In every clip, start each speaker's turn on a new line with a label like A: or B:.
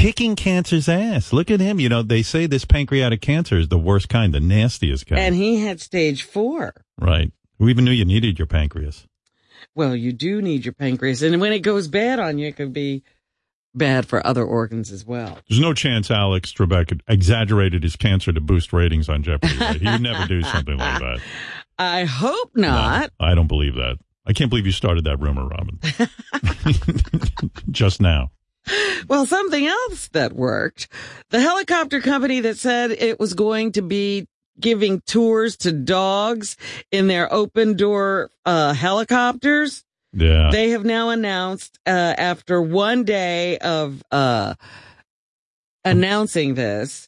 A: kicking cancer's ass. Look at him. You know, they say this pancreatic cancer is the worst kind, the nastiest kind.
B: And he had stage four.
A: right. Who even knew you needed your pancreas?
B: Well, you do need your pancreas. And when it goes bad on you, it could be bad for other organs as well.
A: There's no chance Alex Trebek exaggerated his cancer to boost ratings on Jeopardy. Right? He would never do something like that.
B: I hope not.
A: I don't believe that. I can't believe you started that rumor, Robin. Just now.
B: Well, something else that worked. The helicopter company that said it was going to be giving tours to dogs in their open door uh, helicopters.
A: Yeah.
B: They have now announced, uh, after one day of uh, announcing this,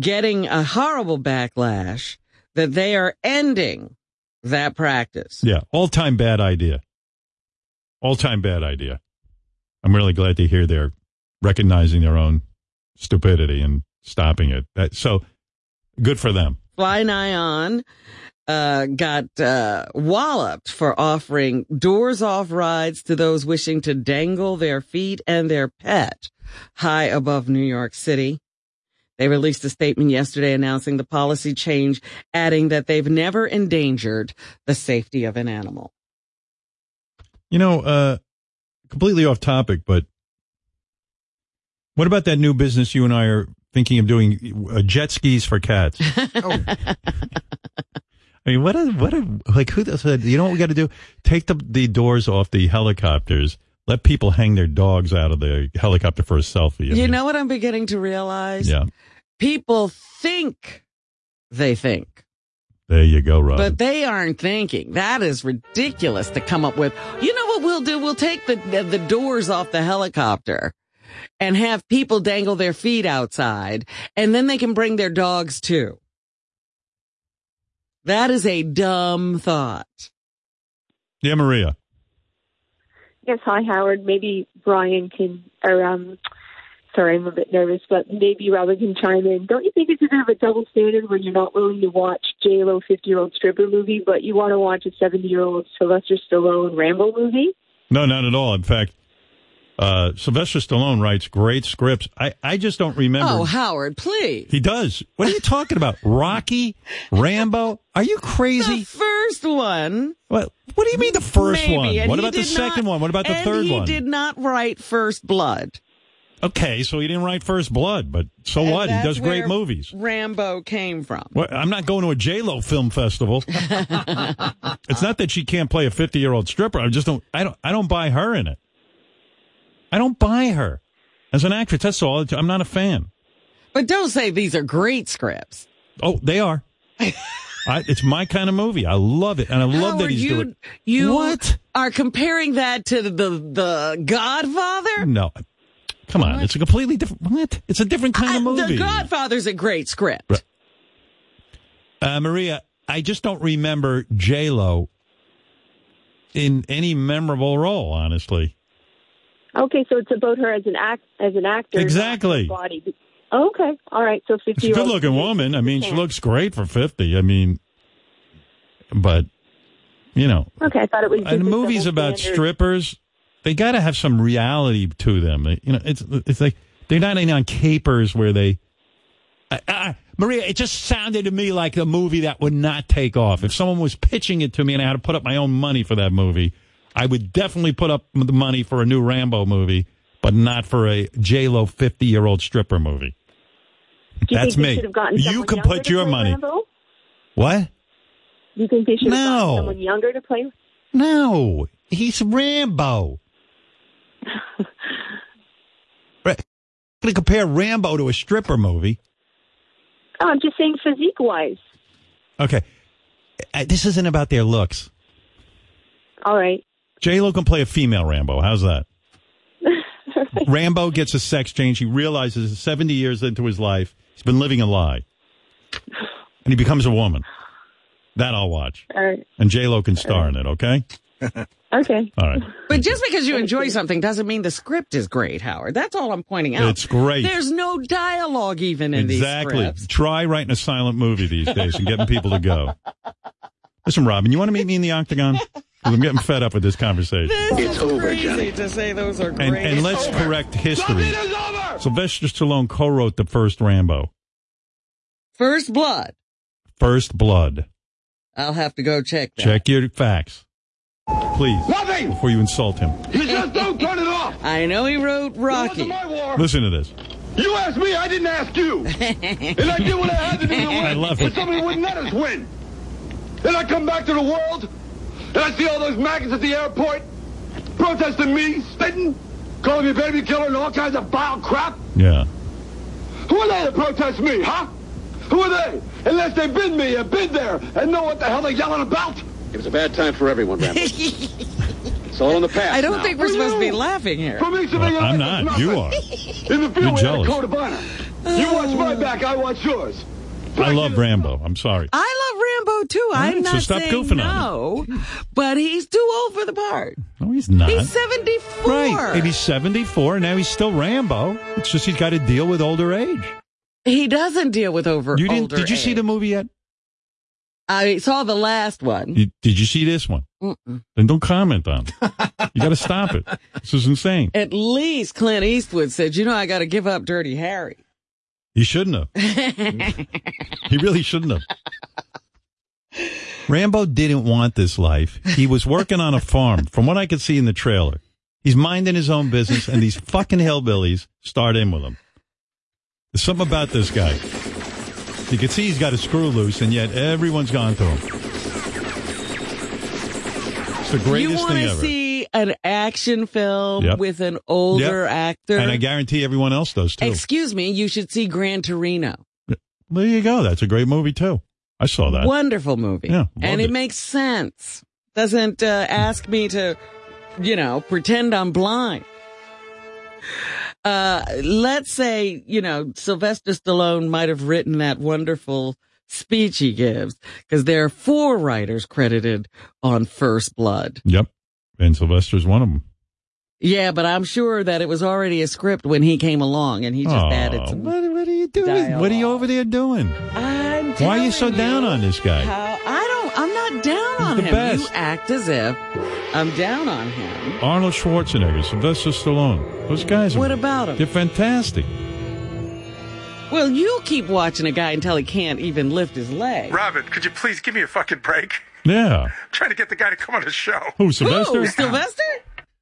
B: getting a horrible backlash, that they are ending that practice.
A: Yeah, all time bad idea. All time bad idea. I'm really glad to hear they're recognizing their own stupidity and stopping it. That, so good for them.
B: Fly Nyan uh, got uh, walloped for offering doors off rides to those wishing to dangle their feet and their pet high above New York City. They released a statement yesterday announcing the policy change, adding that they've never endangered the safety of an animal.
A: You know, uh, completely off topic, but what about that new business you and I are thinking of doing? Uh, jet skis for cats. I mean, what a, what a, like, who does that? You know what we got to do? Take the, the doors off the helicopters. Let people hang their dogs out of the helicopter for a selfie. I
B: You
A: mean,
B: know what I'm beginning to realize?
A: Yeah.
B: People think they think.
A: There you go, Robin.
B: But they aren't thinking. That is ridiculous to come up with. You know what we'll do? We'll take the, the, the doors off the helicopter and have people dangle their feet outside and then they can bring their dogs too. That is a dumb thought.
A: yeah, Maria.
C: Yes, hi Howard. Maybe Brian can, or um, sorry, I'm a bit nervous, but maybe Robin can chime in. Don't you think it's a bit of a double standard when you're not willing to watch J Lo 50 year old stripper movie, but you want to watch a 70 year old Sylvester Stallone Rambo movie?
A: No, not at all. In fact, uh, Sylvester Stallone writes great scripts. I, I just don't remember.
B: Oh, Howard, please.
A: He does. What are you talking about? Rocky? Rambo? Are you
B: The
A: crazy?
B: first one.
A: What, what do you mean the first
B: maybe,
A: one?
B: and
A: What
B: he
A: about the
B: did
A: second
B: not-
A: one? What about the
B: and
A: third one?
B: He did not write First Blood.
A: Okay, so he didn't write First Blood, but so
B: And
A: Oh, what? He
B: that's
A: does great
B: where
A: movies.
B: Rambo came from.
A: Well, I'm not going to a J Lo film festival. it's not that she can't play a 50 year old stripper. I just don't. I don't. I don't buy her in it. I don't buy her as an actress. That's all. I'm not a fan.
B: But don't say these are great scripts.
A: Oh, they are. I, it's my kind of movie. I love it, and I love that
B: Howard,
A: he's
B: you,
A: doing.
B: You
A: What?
B: are comparing that to the the Godfather?
A: No, come on. It's a completely different. What? It's a different kind
B: I-
A: of movie.
B: the Godfather's a great script.
A: Right. Uh, Maria, I just don't remember J Lo in any memorable role. Honestly,
C: Okay, so it's about her as an act as an actor, not her
A: Exactly.
C: Body. Okay, all right. So 50
A: she's a
C: year old.
A: good-looking woman. I mean, she looks great for fifty. I mean, but you know,
C: Okay, I thought it was. just
A: and
C: a
A: movies
C: double
A: about
C: standard.
A: strippers, they got to have some reality to them. They- You know, it's it's like they're not in on capers where they. I, I, Maria, it just sounded to me like a movie that would not take off. If someone was pitching it to me and I had to put up my own money for that movie, I would definitely put up the money for a new Rambo movie, but not for a J Lo fifty year old stripper movie.
C: Do you
A: That's
C: think they
A: me.
C: should have gotten
A: You
C: someone
A: can
C: younger
A: put
C: to
A: your
C: play
A: money.
C: Rambo?
A: What?
C: You think they should have
A: No.
C: gotten someone younger to play?
A: No, he's Rambo. right. Going to compare Rambo to a stripper movie.
C: Oh, I'm just saying, physique wise.
A: Okay, Uh, this isn't about their looks.
C: All right.
A: J Lo can play a female Rambo. How's that? Rambo gets a sex change. He realizes seventy years into his life, he's been living a lie, and he becomes a woman. That I'll watch,
C: All right.
A: and J Lo can star in it. Okay,
C: Okay.
A: all right.
B: But just because you enjoy something doesn't mean the script is great, Howard. That's all I'm pointing out.
A: It's great.
B: There's no dialogue even in these
A: Exactly.
B: scripts.
A: Try writing a silent movie these days and getting people to go. Listen, Robin, you want to meet me in the octagon? 'Cause I'm getting fed up with this conversation.
B: This is crazy to say those are great. Oh,
A: And, and let's correct history. Sylvester Stallone co-wrote the first Rambo,
B: First Blood.
A: First Blood.
B: I'll have to go check that.
A: Check your facts, please,
D: Nothing!
A: before you insult him.
D: You just don't turn it off!
B: I know he wrote
D: It wasn't
B: Rocky.
D: my war.
A: Listen to this.
D: You asked me, I didn't ask you. and I did what I had to do to win.
A: I love
D: But
A: it.
D: somebody wouldn't let us win. And I come back to the world, and I see all those maggots at the airport protesting me, spitting, calling me baby killer and all kinds of vile crap.
A: Yeah.
D: Who are they to protest me, huh? Who are they? Unless they've been me and been there and know what the hell they're yelling about. It was a bad time for everyone, Rambo. it's all in the past.
B: I don't think we're supposed to be
D: you?
B: laughing here.
D: For me, civilian
A: Well, I'm
D: life is
A: not. You
D: nothing.
A: are.
D: In the
A: You're
D: field, we had a
A: jealous.
D: code of honor. You watch my back, I watch yours.
A: I love Rambo. I'm sorry.
B: I love Rambo too.
A: right,
B: I'm
A: so
B: not
A: stop
B: saying
A: goofing on
B: no, but he's too old for the part.
A: No, he's not.
B: He's 74.
A: Right. And he's 74. and Now he's still Rambo. It's just he's got to deal with older age.
B: He doesn't deal with over
A: You didn't,
B: older
A: did you see
B: age.
A: the movie yet?
B: I saw the last one.
A: You- did you see this one?
B: Mm-mm.
A: Then don't comment on it. You got to stop it. This is insane.
B: At least Clint Eastwood said, "You know, I got to give up Dirty Harry."
A: He shouldn't have. he really shouldn't have. Rambo didn't want this life. He was working on a farm, from what I could see in the trailer. He's minding his own business, and these fucking hillbillies start in with him. There's something about this guy. You can see he's got a screw loose, and yet everyone's gone to him. It's the
B: you
A: greatest
B: want
A: thing
B: to
A: ever.
B: see an action film
A: Yep.
B: with an older
A: Yep.
B: actor?
A: and I guarantee everyone else does too.
B: Excuse me, you should see Gran Torino.
A: there you go. That's a great movie too. I saw that.
B: Wonderful movie.
A: Yeah, loved
B: and it,
A: it.
B: makes sense. Doesn't uh, ask me to, you know, pretend I'm blind. Uh, let's say, you know, Sylvester Stallone might have written that wonderful speech he gives because there are four writers credited on First Blood.
A: Yep. And Sylvester's one of them.
B: Yeah, but I'm sure that it was already a script when he came along and he just added some.
A: What, what are you doing? What are you
B: dialogue.
A: over there doing?
B: I'm
A: Why are you
B: telling
A: so down on this guy?
B: How, I don't. I'm not down on
A: the
B: him. You
A: best.
B: act as if I'm down on him.
A: Arnold Schwarzenegger, Sylvester Stallone. Those guys. Are,
B: What about him?
A: They're fantastic.
B: Well, you keep watching a guy until he can't even lift his leg.
E: Robin, could you please give me a fucking break?
A: Yeah.
E: I'm trying to get the guy to come on the show.
A: Who
B: Who?
A: Sylvester?
B: Sylvester?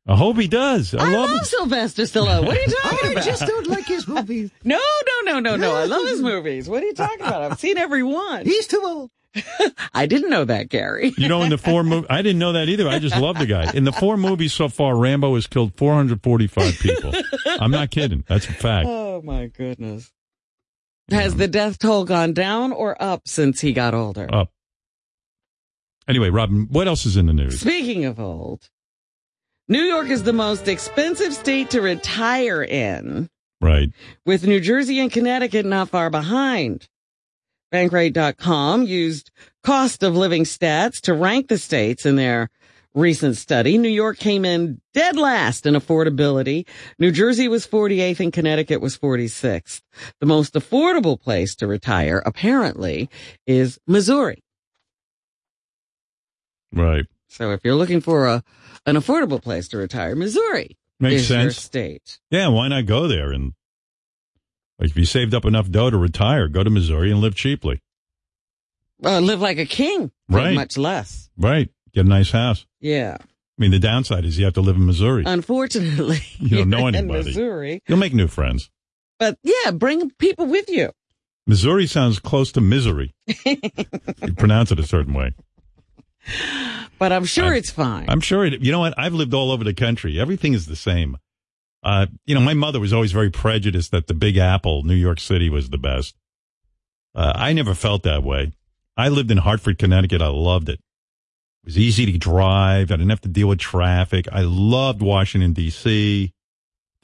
A: I hope he does. I,
B: I
A: love,
B: love,
A: him.
B: Sylvester Stallone. What are you talking
F: I
B: about?
F: just don't like his movies.
B: No, no, no, no, no. I love his movies. What are you talking about? I've seen every one.
F: He's too old.
B: I didn't know that, Gary.
A: You know, in the four movies, I didn't know that either. I just love the guy. In the four movies so far, Rambo has killed 445 people. I'm not kidding. That's a fact.
B: Oh my goodness. Has the death toll gone down or up since he got older?
A: Up. Anyway, Robin, what else is in the news?
B: Speaking of old, New York is the most expensive state to retire in,
A: Right.
B: with New Jersey and Connecticut not far behind. Bankrate.com used cost of living stats to rank the states in their recent study. New York came in dead last in affordability. New Jersey was 48th and Connecticut was 46th. The most affordable place to retire, apparently, is Missouri.
A: Right.
B: So if you're looking for a an affordable place to retire, Missouri
A: Makes
B: is your
A: sense.
B: state.
A: Yeah, why not go there and like if you saved up enough dough to retire, go to Missouri and live cheaply.
B: Uh, live like a king, for
A: Right.
B: Much less.
A: Right. Get a nice house.
B: Yeah.
A: I mean, the downside is you have to live in Missouri.
B: Um, Unfortunately,
A: You don't know
B: you're in
A: anybody.
B: Missouri,
A: You'll make new friends.
B: but yeah, bring people with you.
A: Missouri sounds close to misery. you pronounce it a certain way.
B: But I'm sure
A: I'm-
B: it's fine.
A: I'm sure it, you know what? I've lived all over the country. Everything is the same. Uh, you know, my mother was always very prejudiced that the Big Apple, New York City, was the best. Uh, I never felt that way. I lived in Hartford, Connecticut. I loved it. It was easy to drive. I didn't have to deal with traffic. I loved Washington, D.C.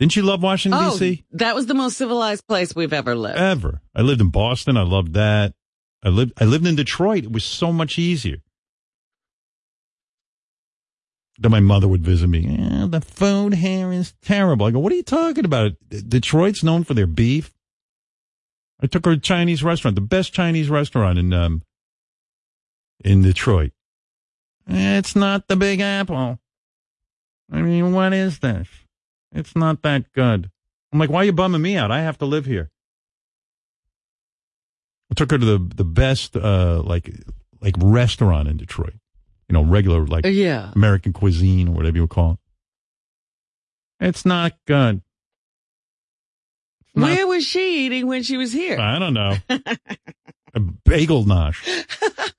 A: Didn't you love Washington,
B: oh,
A: D.C.?
B: that was the most civilized place we've ever lived.
A: ever. I lived in Boston. I loved that. I lived I lived in Detroit. It was so much easier. Then my mother would visit me. "Eh, the food here is terrible. I go, what are you talking about? D- Detroit's known for their beef. I took her to a Chinese restaurant, the best Chinese restaurant in um in Detroit. "Eh, It's not the Big Apple. I mean, what is this? It's not that good. I'm like, why are you bumming me out? I have to live here. I took her to the the best uh, like like restaurant in Detroit. You know, regular like
B: Yeah.
A: American cuisine or whatever you would call it. It's not good. It's not-
B: Where was she eating when she was here?
A: I don't know. A bagel nosh.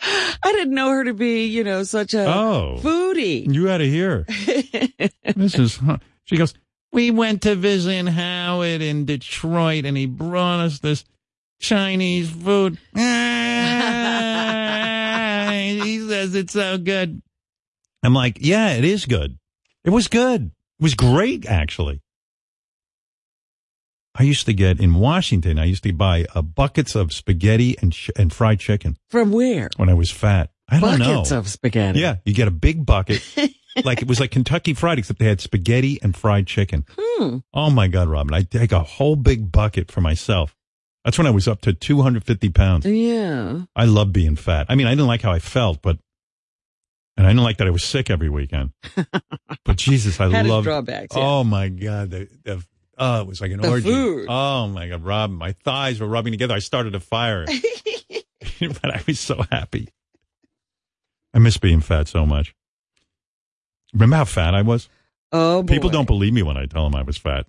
B: I didn't know her to be, you know, such a
A: Oh.
B: foodie.
A: You had to hear. this is. Huh. She goes. We went to visit Howard in Detroit, and he brought us this Chinese food. Ah, he says it's so good. I'm like, yeah, it is good. It was good. It was great, actually. I used to get in Washington. I used to buy uh, buckets of spaghetti and sh- and fried chicken
B: From where?
A: when I was fat. I don't know.
B: Buckets of spaghetti.
A: Yeah, you get a big bucket. like it was like Kentucky Fried, except they had spaghetti and fried chicken.
B: Hmm.
A: Oh my God, Robin! I take a whole big bucket for myself. That's when I was up to 250 pounds.
B: Yeah.
A: I love being fat. I mean, I didn't like how I felt, but and I didn't like that I was sick every weekend. but Jesus, I
B: Had its
A: love.
B: drawbacks, yeah.
A: Oh my God, the, the oh, it was like an
B: The
A: orgy.
B: food.
A: Oh my God, Robin, my thighs were rubbing together. I started a fire, but I was so happy. I miss being fat so much. Remember how fat I was?
B: Oh, boy.
A: People don't believe me when I tell them I was fat.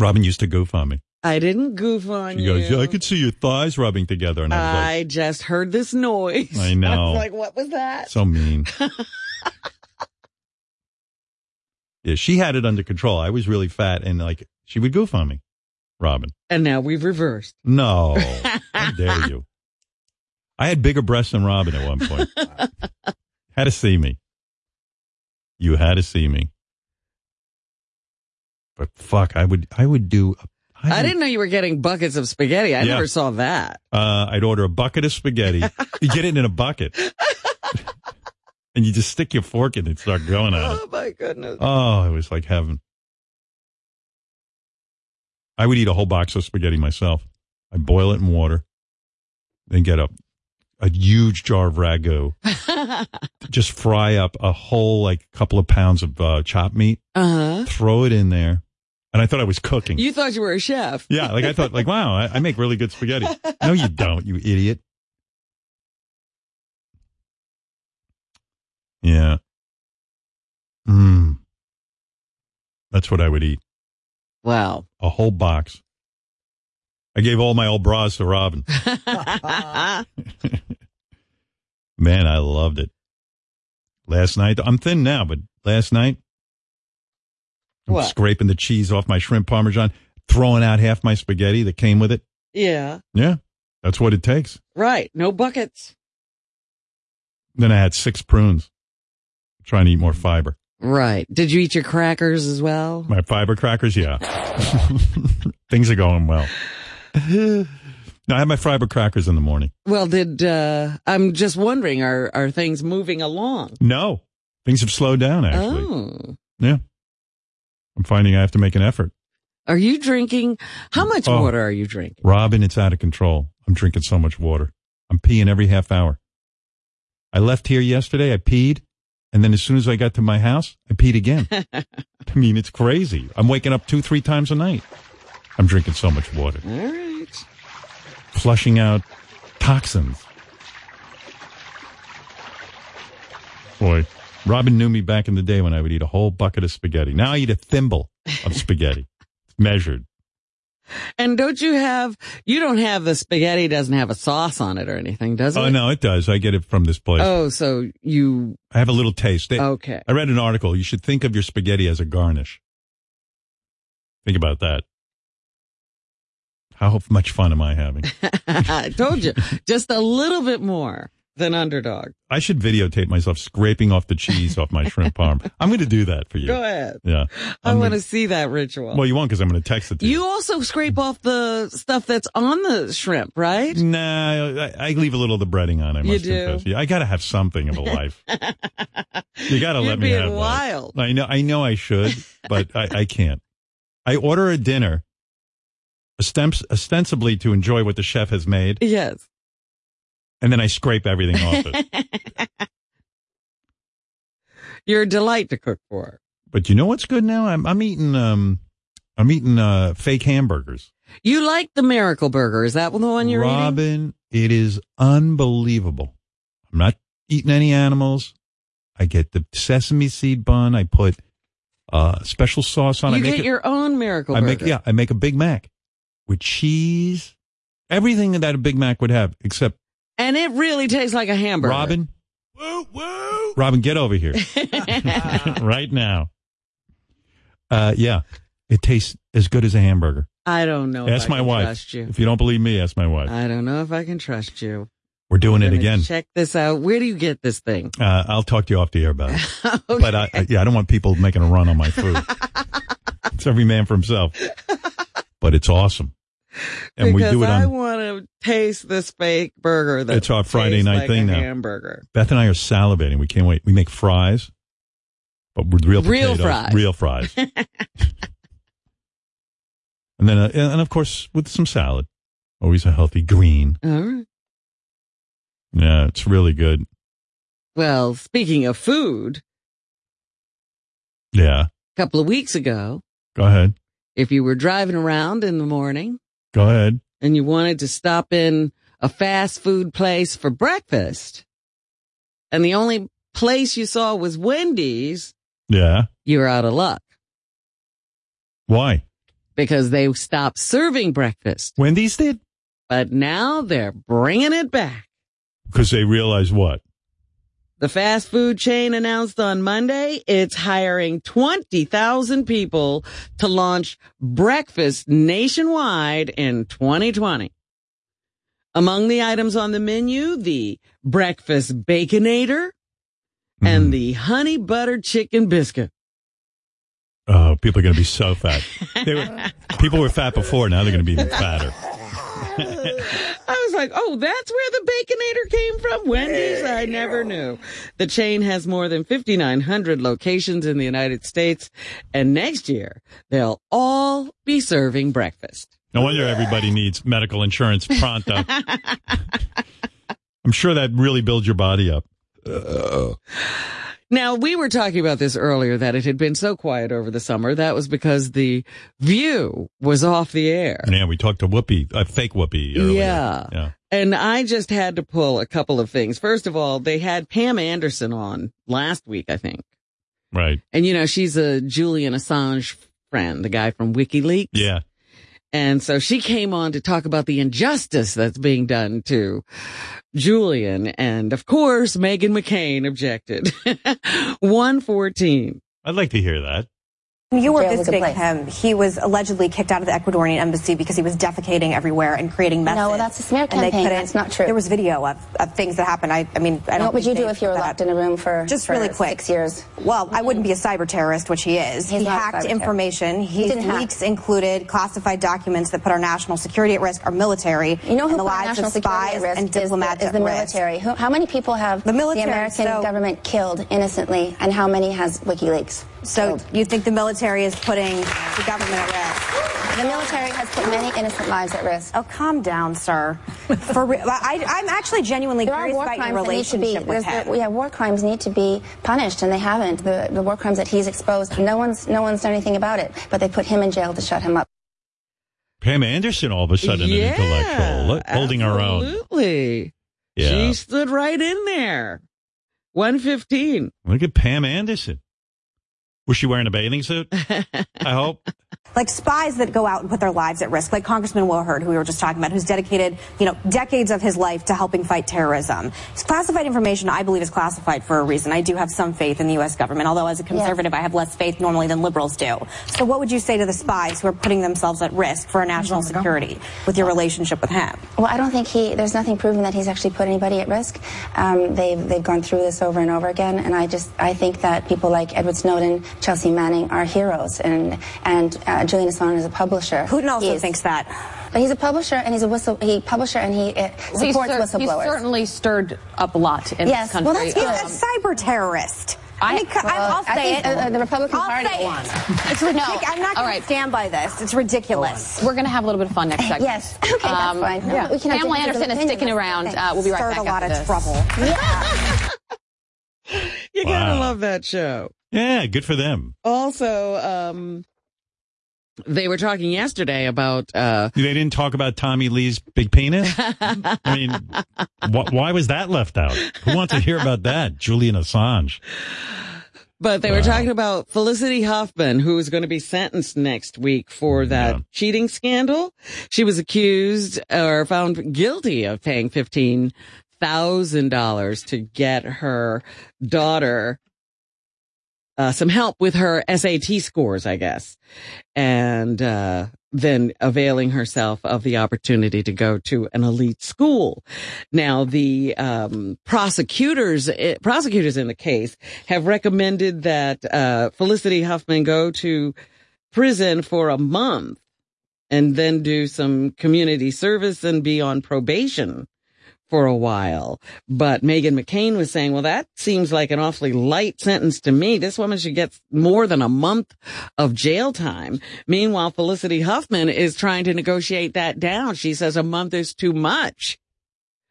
A: Robin used to goof on me.
B: I didn't goof on
A: She
B: you.
A: goes, "Yeah, I could see your thighs rubbing together," and I was like,
B: I just heard this noise.
A: I know.
B: I was like, what was that?
A: So mean. yeah, she had it under control. I was really fat and like she would goof on me, Robin.
B: And now we've reversed.
A: No. How dare you? I had bigger breasts than Robin at one point. had to see me. You had to see me. But fuck, I would I would do
B: I
A: would-
B: didn't know you were getting buckets of spaghetti. I
A: Yeah.
B: never saw that.
A: uh, I'd order a bucket of spaghetti. you get it in a bucket. and you just stick your fork in it and start going at it.
B: Oh my goodness.
A: Oh, it was like heaven. I would eat a whole box of spaghetti myself. I'd boil it in water, then get a, a huge jar of ragu,
B: uh
A: just fry up a whole like couple of pounds of uh, chopped meat,
B: huh.
A: throw it in there. And I thought I was cooking.
B: You thought you were a chef.
A: yeah, like I thought, like, wow, I, I make really good spaghetti. No, you don't, you idiot. Yeah. Mm. That's what I would eat.
B: Wow.
A: a whole box. I gave all my old bras to Robin. Man, I loved it. Last night, I'm thin now, but last night, I'm
B: What?
A: scraping the cheese off my shrimp parmesan, throwing out half my spaghetti that came with it.
B: yeah.
A: Yeah, that's what it takes.
B: Right. No buckets.
A: Then I had six prunes, trying to eat more fiber.
B: Right. Did you eat your crackers as well?
A: My fiber crackers, yeah. Things are going well. No, I had my fiber crackers in the morning.
B: Well, did uh I'm just wondering are are things moving along?
A: No, things have slowed down actually.
B: Oh.
A: Yeah. I'm finding I have to make an effort.
B: Are you drinking how much
A: Oh.
B: water are you drinking?
A: Robin, it's out of control. I'm drinking so much water. I'm peeing every half hour. I left here yesterday. I peed. And then as soon as I got to my house, I peed again. I mean, it's crazy. I'm waking up two, three times a night. I'm drinking so much water,
B: All right.
A: flushing out toxins. Boy, Robin knew me back in the day when I would eat a whole bucket of spaghetti. Now I eat a thimble of spaghetti. It's measured.
B: And don't you have you don't have the spaghetti doesn't have a sauce on it or anything, does it?
A: Oh no, it does. I get it from this place.
B: Oh, so you
A: I have a little taste. They-
B: okay.
A: I read an article. You should think of your spaghetti as a garnish. Think about that. How much fun am I having?
B: I told you. Just a little bit more than underdog.
A: I should videotape myself scraping off the cheese off my shrimp parm. I'm going to do that for you.
B: Go ahead.
A: Yeah.
B: I
A: I'm
B: want
A: gonna-
B: to see that ritual.
A: Well, you won't because I'm going to text it to you.
B: you also scrape off the stuff that's on the shrimp, right?
A: Mm. Nah, I, I leave a little of the breading on. I
B: You
A: must
B: do?
A: confess. Yeah, I got to have something of a life. you got
B: You're
A: to let me
B: being
A: have that.
B: wild.
A: I know, I know, I should, but I, I can't. I order a dinner, ostensi- ostensibly to enjoy what the chef has made,
B: Yes.
A: and then I scrape everything off it.
B: You're a delight to cook for.
A: But you know what's good now? I'm I'm eating um I'm eating uh fake hamburgers.
B: You like the Miracle Burger? Is that the one you're eating?
A: Robin, it is unbelievable. I'm not eating any animals. I get the sesame seed bun. I put uh special sauce on. I
B: you
A: make
B: get
A: it,
B: your own Miracle
A: I
B: Burger.
A: make yeah, I make a Big Mac with cheese, everything that a Big Mac would have except
B: and it really tastes like a hamburger.
A: Robin. Robin, get over here right now. Uh, yeah, it tastes as good as a hamburger.
B: I don't know.
A: ask
B: if I
A: my
B: can
A: wife.
B: Trust you.
A: If you don't believe me, ask my wife.
B: I don't know if I can trust you.
A: We're doing it
B: Uh, Gonna
A: again.
B: Check this out. Where do you get this thing?
A: Uh, I'll talk to you off the air about it.
B: Okay.
A: But I, I- yeah, I don't want people making a run on my food. it's every man for himself. But it's awesome, and
B: because
A: we do it
B: I
A: on.
B: want to taste this fake burger. That
A: It's our Friday
B: tastes
A: night
B: like
A: thing
B: a
A: now.
B: Hamburger.
A: Beth and I are salivating. We can't wait. We make fries, but with real
B: Real
A: potatoes,
B: fries.
A: real fries, and then uh, and of course with some salad. Always a healthy green.
B: All right.
A: Yeah, it's really good.
B: Well, speaking of food,
A: Yeah,
B: a couple of weeks ago,
A: go ahead,
B: if you were driving around in the morning
A: go ahead.
B: and you wanted to stop in a fast food place for breakfast, and the only place you saw was Wendy's,
A: Yeah,
B: you're out of luck
A: why?
B: because they stopped serving breakfast.
A: Wendy's did
B: But now they're bringing it back.
A: because they realized what?
B: The fast food chain announced on Monday it's hiring 20,000 people to launch breakfast nationwide in 2020. Among the items on the menu, the breakfast baconator and the honey butter chicken biscuit.
A: Oh, people are going to be so fat. They were, people were fat before. Now they're going to be even fatter.
B: I was like, oh, that's where the Baconator came from? Wendy's? I never knew. The chain has more than 5,900 locations in the United States, and next year they'll all be serving breakfast.
A: No wonder everybody needs medical insurance pronto. I'm sure that really builds your body up.
B: Now, we were talking about this earlier that it had been so quiet over the summer. That was because the view was off the air.
A: Yeah, we talked to Whoopi, uh, fake Whoopi earlier.
B: Yeah.
A: Yeah.
B: And I just had to pull a couple of things. First of all, they had Pam Anderson on last week, I think.
A: Right.
B: And you know, she's a Julian Assange friend, the guy from WikiLeaks.
A: Yeah.
B: And so she came on to talk about the injustice that's being done to Julian. And of course, Megan McCain objected. 114.
A: I'd like to hear that.
F: You were
G: Jail was a
F: visiting
G: place.
F: him. um, He was allegedly kicked out of the Ecuadorian embassy because he was defecating everywhere and creating messes.
G: No, well, that's a smear
F: And they
G: campaign.
F: couldn't-
G: That's not true.
F: There was video of, of things that happened. I, I mean, I don't.
G: What would you
F: think
G: do
F: they
G: if you were
F: put that
G: locked
F: up.
G: in a room for
F: Just
G: for
F: really quick.
G: six years?
F: Well, I wouldn't be a cyber terrorist, which he is.
G: He's
F: he
G: not a
F: hacked
G: cyber
F: information.
G: terrorist. He
F: His
G: didn't hack.
F: leaks included classified documents that put our national security at risk, our military,
G: You know who
F: and the
G: put
F: lives
G: national
F: of
G: security
F: spies
G: at risk
F: and
G: is the-
F: diplomats
G: is the,
F: at risk.
G: military. Who, how many people have
F: The military,
G: American
F: so-
G: government killed innocently, and how many has WikiLeaks?
F: So
G: killed?
F: you think the military is putting the government at risk?
G: the military has put many innocent lives at risk.
F: Oh, calm down, sir. For real, I, I'm actually genuinely
G: There are
F: curious
G: war
F: about your
G: crimes that need to
F: relationship
G: be.
F: with
G: there's-
F: him.
G: there- yeah, war crimes need to be punished, and they haven't. The, the war crimes that he's exposed, no one's no one's done anything about it. But they put him in jail to shut him up.
A: Pam Anderson all of a sudden an intellectual, li- holding her own.
B: Absolutely.
A: Yeah.
B: She stood right in there. 115.
A: Look at Pam Anderson. Was she wearing a bathing suit? I hope.
F: like spies that go out and put their lives at risk, like Congressman Wilhurd, who we were just talking about, who's dedicated, you know, decades of his life to helping fight terrorism. It's classified information, I believe, is classified for a reason. I do have some faith in the U.S. government, although as a conservative, I have less faith normally than liberals do. So what would you say to the spies who are putting themselves at risk for our national security with your relationship with him?
G: Well, I don't think he. There's nothing proven that he's actually put anybody at risk. Um, they've they've gone through this over and over again, and I just I think that people like Edward Snowden, Chelsea Manning are heroes, and and uh, Julian Assange is a publisher.
F: Putin also
G: He's-
F: thinks that.
G: But he's a publisher and he's a whistle. He publisher and he uh,
H: He
G: supports
H: cer- he
G: whistleblowers.
H: certainly stirred up a lot in
G: Yes,
H: this
G: well,
H: country. Um,
G: that's
F: He's
G: good.
F: a cyber terrorist.
H: I-
F: Um, I, mean, co- I'm-
G: well,
F: I'll
G: I
F: say
G: think,
F: it.
G: uh, the Republican
F: I'll
G: Party
F: say it.
G: won.
F: It's ridiculous.
G: No.
F: I'm not
H: All
F: going
H: right.
F: to stand by this. It's ridiculous.
H: We're going to have a little bit of fun next segment. Um,
G: Yes. Okay, that's fine. No, we can
H: Pamela
G: have different
H: Anderson is
G: opinions.
H: sticking around.
F: Thanks.
H: Uh, we'll be right
F: Stirred
H: back
F: a lot
H: after
F: of
H: this.
F: trouble.
B: You gotta
A: Wow.
B: love that show.
A: Yeah, good for them.
B: Also, um, they were talking yesterday about uh,
A: They didn't talk about Tommy Lee's big penis. I mean, wh- why was that left out? Who wants to hear about that? Julian Assange.
B: But they were talking about Felicity Huffman, who is going to be sentenced next week for that cheating scandal. She was accused or found guilty of paying fifteen thousand dollars to get her daughter uh, some help with her SAT scores, I guess, and uh, then availing herself of the opportunity to go to an elite school. Now, the um, prosecutors eh, prosecutors in the case have recommended that uh, Felicity Huffman go to prison for a month and then do some community service and be on probation for a while. But Megan McCain was saying, well, that seems like an awfully light sentence to me. This woman should get more than a month of jail time. Meanwhile, Felicity Huffman is trying to negotiate that down. She says a month is too much.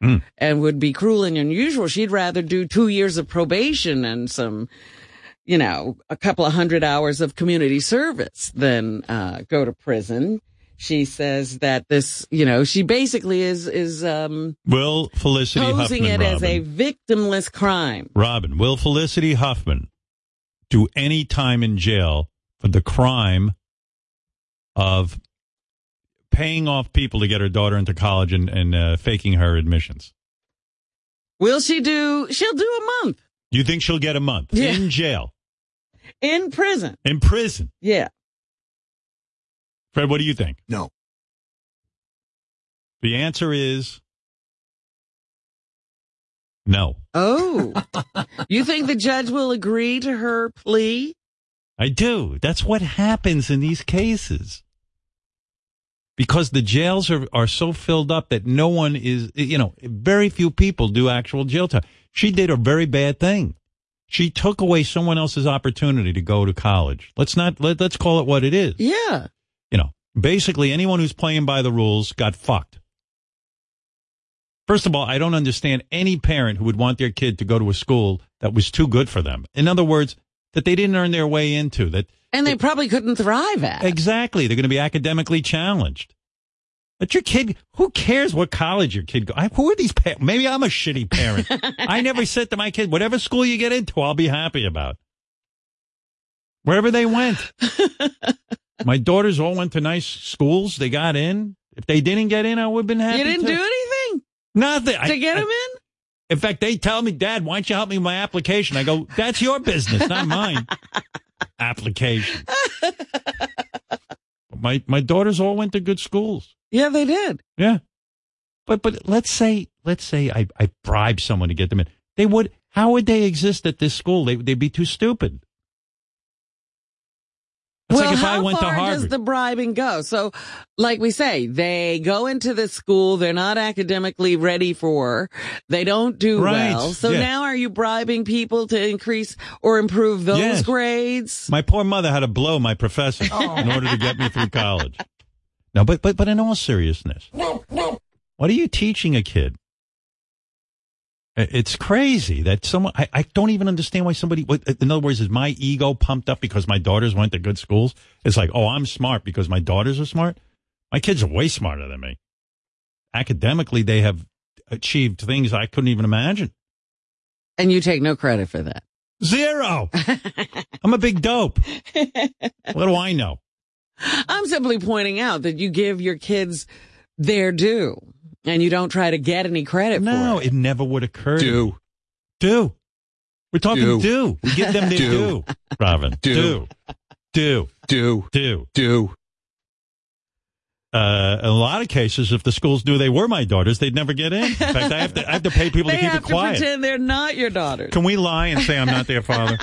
B: And would be cruel and unusual. She'd rather do two years of probation and some, you know, a couple of hundred hours of community service than uh, go to prison. She says that this, you know, she basically is is um,
A: Will Felicity
B: posing
A: Huffman.
B: it as a
A: Robin.
B: victimless crime.
A: Robin, will Felicity Huffman do any time in jail for the crime of paying off people to get her daughter into college and, and uh, faking her admissions?
B: Will she do? She'll do a month
A: You think she'll get a month
B: Yeah.
A: in jail,
B: in prison.
A: in prison?
B: Yeah,
A: Fred, what do you think?
I: No.
A: The answer is no.
B: Oh, you think the judge will agree to her plea?
A: I do. That's what happens in these cases. Because the jails are, are so filled up that no one is, you know, very few people do actual jail time. She did a very bad thing. She took away someone else's opportunity to go to college. Let's not, let, let's call it what it is.
B: Yeah.
A: You know, basically anyone who's playing by the rules got fucked. First of all, I don't understand any parent who would want their kid to go to a school that was too good for them. In other words, that they didn't earn their way into, that
B: And they probably couldn't thrive at.
A: Exactly. They're going to be academically challenged. But your kid, who cares what college your kid go? I, who are these parents? Maybe I'm a shitty parent. I never said to my kid, whatever school you get into, I'll be happy about. Wherever they went. my daughters all went to nice schools. They got in. If they didn't get in, I would have been happy.
B: You didn't
A: too.
B: do anything
A: nothing.
B: to
A: I-
B: get
A: I-
B: him in.
A: in fact, they tell me, Dad, why don't you help me with my application? I go, that's your business, not mine. application. my my daughters all went to good schools.
B: Yeah, they did.
A: Yeah. But but let's say let's say I, I bribe someone to get them in. They would how would they exist at this school? They they'd be too stupid. It's
B: well,
A: like if
B: how
A: I went to
B: far
A: Harvard.
B: does the bribing go? So, like we say, they go into this school they're not academically ready for. They don't do
A: Right,
B: well. So
A: yeah.
B: now, are you bribing people to increase or improve those
A: Yes.
B: grades?
A: My poor mother had to blow my professor in order to get me through college. No, but but but in all seriousness, what are you teaching a kid? I- It's crazy that someone. I, I don't even understand why somebody. what- In other words, is my ego pumped up because my daughters went to good schools? It's like, oh, I'm smart because my daughters are smart. My kids are way smarter than me. Academically, they have achieved things I couldn't even imagine.
B: And you take no credit for that.
A: Zero. I'm a big dope. What do I know?
B: I'm simply pointing out that you give your kids their due and you don't try to get any credit
A: No,
B: for
A: it.
B: it.
A: never would occur.
I: Do.
A: do. We're talking do.
I: Do.
A: We give them their do.
I: Do.
A: Robin.
I: Do.
A: Do.
I: Do.
A: Do.
I: Do.
A: Uh, in a lot of cases, if the schools knew they were my daughters, they'd never get in. In fact, I have to, I have to pay people
B: They
A: to keep
B: have
A: it
B: to
A: quiet.
B: pretend they're not your daughters.
A: Can we lie and say I'm not their father?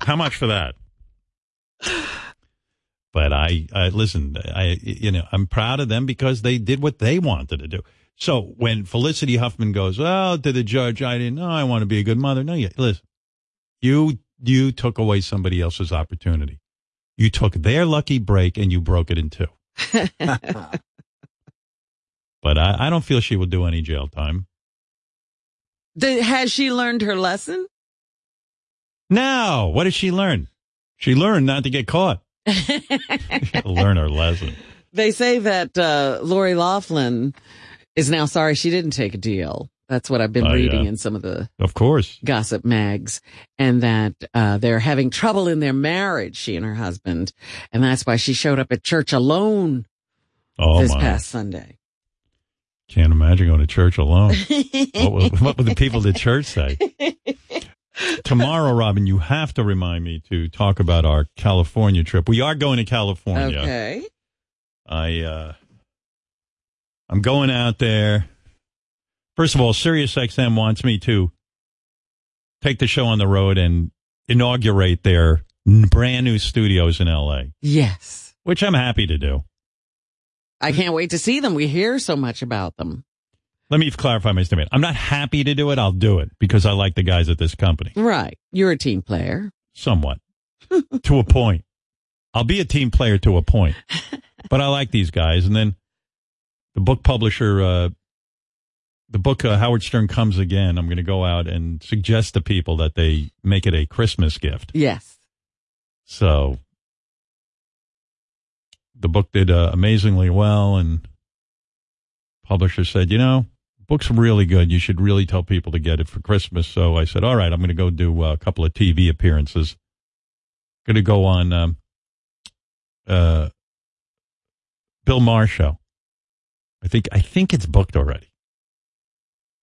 A: How much for that? But I, I listen. I, you know, I'm proud of them because they did what they wanted to do. So when Felicity Huffman goes, oh, to the judge, I didn't know I want to be a good mother. No, you listen. You, you took away somebody else's opportunity. You took their lucky break and you broke it in two. but I, I don't feel she will do any jail time.
B: Th- Has she learned her lesson?
A: No. What did she learn? She learned not to get caught. She'll learn her lesson.
B: They say that uh, Lori Laughlin is now sorry she didn't take a deal. That's what I've been
A: Oh,
B: reading
A: yeah.
B: in some of the
A: Of course.
B: gossip mags, and that uh, they're having trouble in their marriage, she and her husband, and that's why she showed up at church alone
A: Oh
B: this
A: my!
B: past Sunday.
A: Can't imagine going to church alone. what, would, what would the people at church say? Tomorrow, Robin, you have to remind me to talk about our California trip. We are going to California.
B: Okay.
A: I uh I'm going out there. First of all, SiriusXM wants me to take the show on the road and inaugurate their n- brand new studios in LA,
B: Yes.
A: which I'm happy to do.
B: I can't wait to see them. We hear so much about them.
A: Let me clarify my statement. I'm not happy to do it. I'll do it because I like the guys at this company
B: Right. You're a team player.
A: somewhat to a point. I'll be a team player to a point, but I like these guys. And then the book publisher, uh, the book uh, Howard Stern comes again. I'm going to go out and suggest to people that they make it a Christmas gift.
B: Yes.
A: So the book did uh, amazingly well, and publisher said, you know, book's really good. You should really tell people to get it for Christmas. So I said, all right, I'm going to go do uh, a couple of TV appearances. Going to go on um, uh, Bill Maher show. I think I think it's booked already.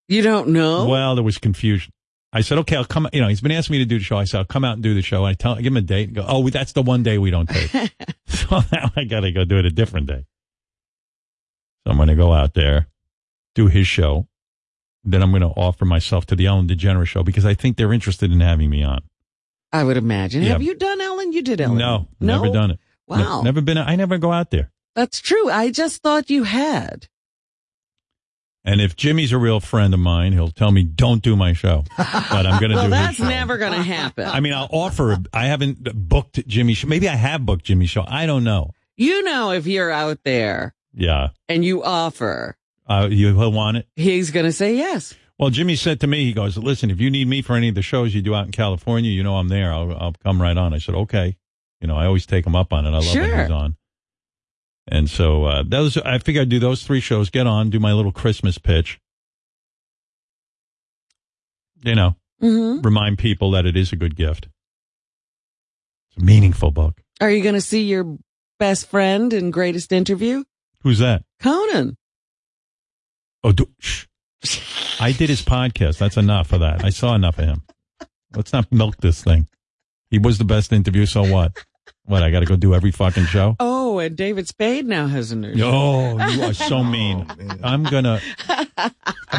B: You don't know?
A: Well, there was confusion. I said, okay, I'll come. You know, he's been asking me to do the show. I said, I'll come out and do the show. I tell, I give him a date and go, oh, that's the one day we don't take. so now I got to go do it a different day. So I'm going to go out there, do his show. Then I'm going to offer myself to the Ellen DeGeneres show because I think they're interested in having me on.
B: I would imagine.
A: Yeah.
B: Have you done Ellen? You did Ellen.
A: No,
B: No.
A: never done it. Ne-
B: Wow.
A: never been. I never go out there.
B: That's true. I just thought you had.
A: And if Jimmy's a real friend of mine, he'll tell me, don't do my show. But I'm going to
B: Well,
A: do
B: that's
A: his show.
B: never going to happen.
A: I mean, I'll offer. I haven't booked Jimmy. Show. Maybe I have booked Jimmy Show. I don't know.
B: you know, if you're out there
A: Yeah,
B: and you offer,
A: uh, you he'll want it.
B: he's going to say yes.
A: Well, Jimmy said to me, he goes, "Listen, if you need me for any of the shows you do out in California, you know I'm there. I'll, I'll come right on." I said, "Okay." You know, I always take him up on it. I love when
B: Sure.
A: he's on. And so uh, those, I figure I'd do those three shows. Get on, do my little Christmas pitch. You know,
B: hmm
A: remind people that it is a good gift. It's a meaningful book.
B: Are you going to see your best friend and greatest interview?
A: Who's that?
B: Conan.
A: Oh, do, shh. I did his podcast. That's enough of that. I saw enough of him. Let's not milk this thing. He was the best interview. So what? What? I got to go do every fucking show.
B: Oh, and David Spade now has a new show.
A: Oh, you are so mean. I'm gonna.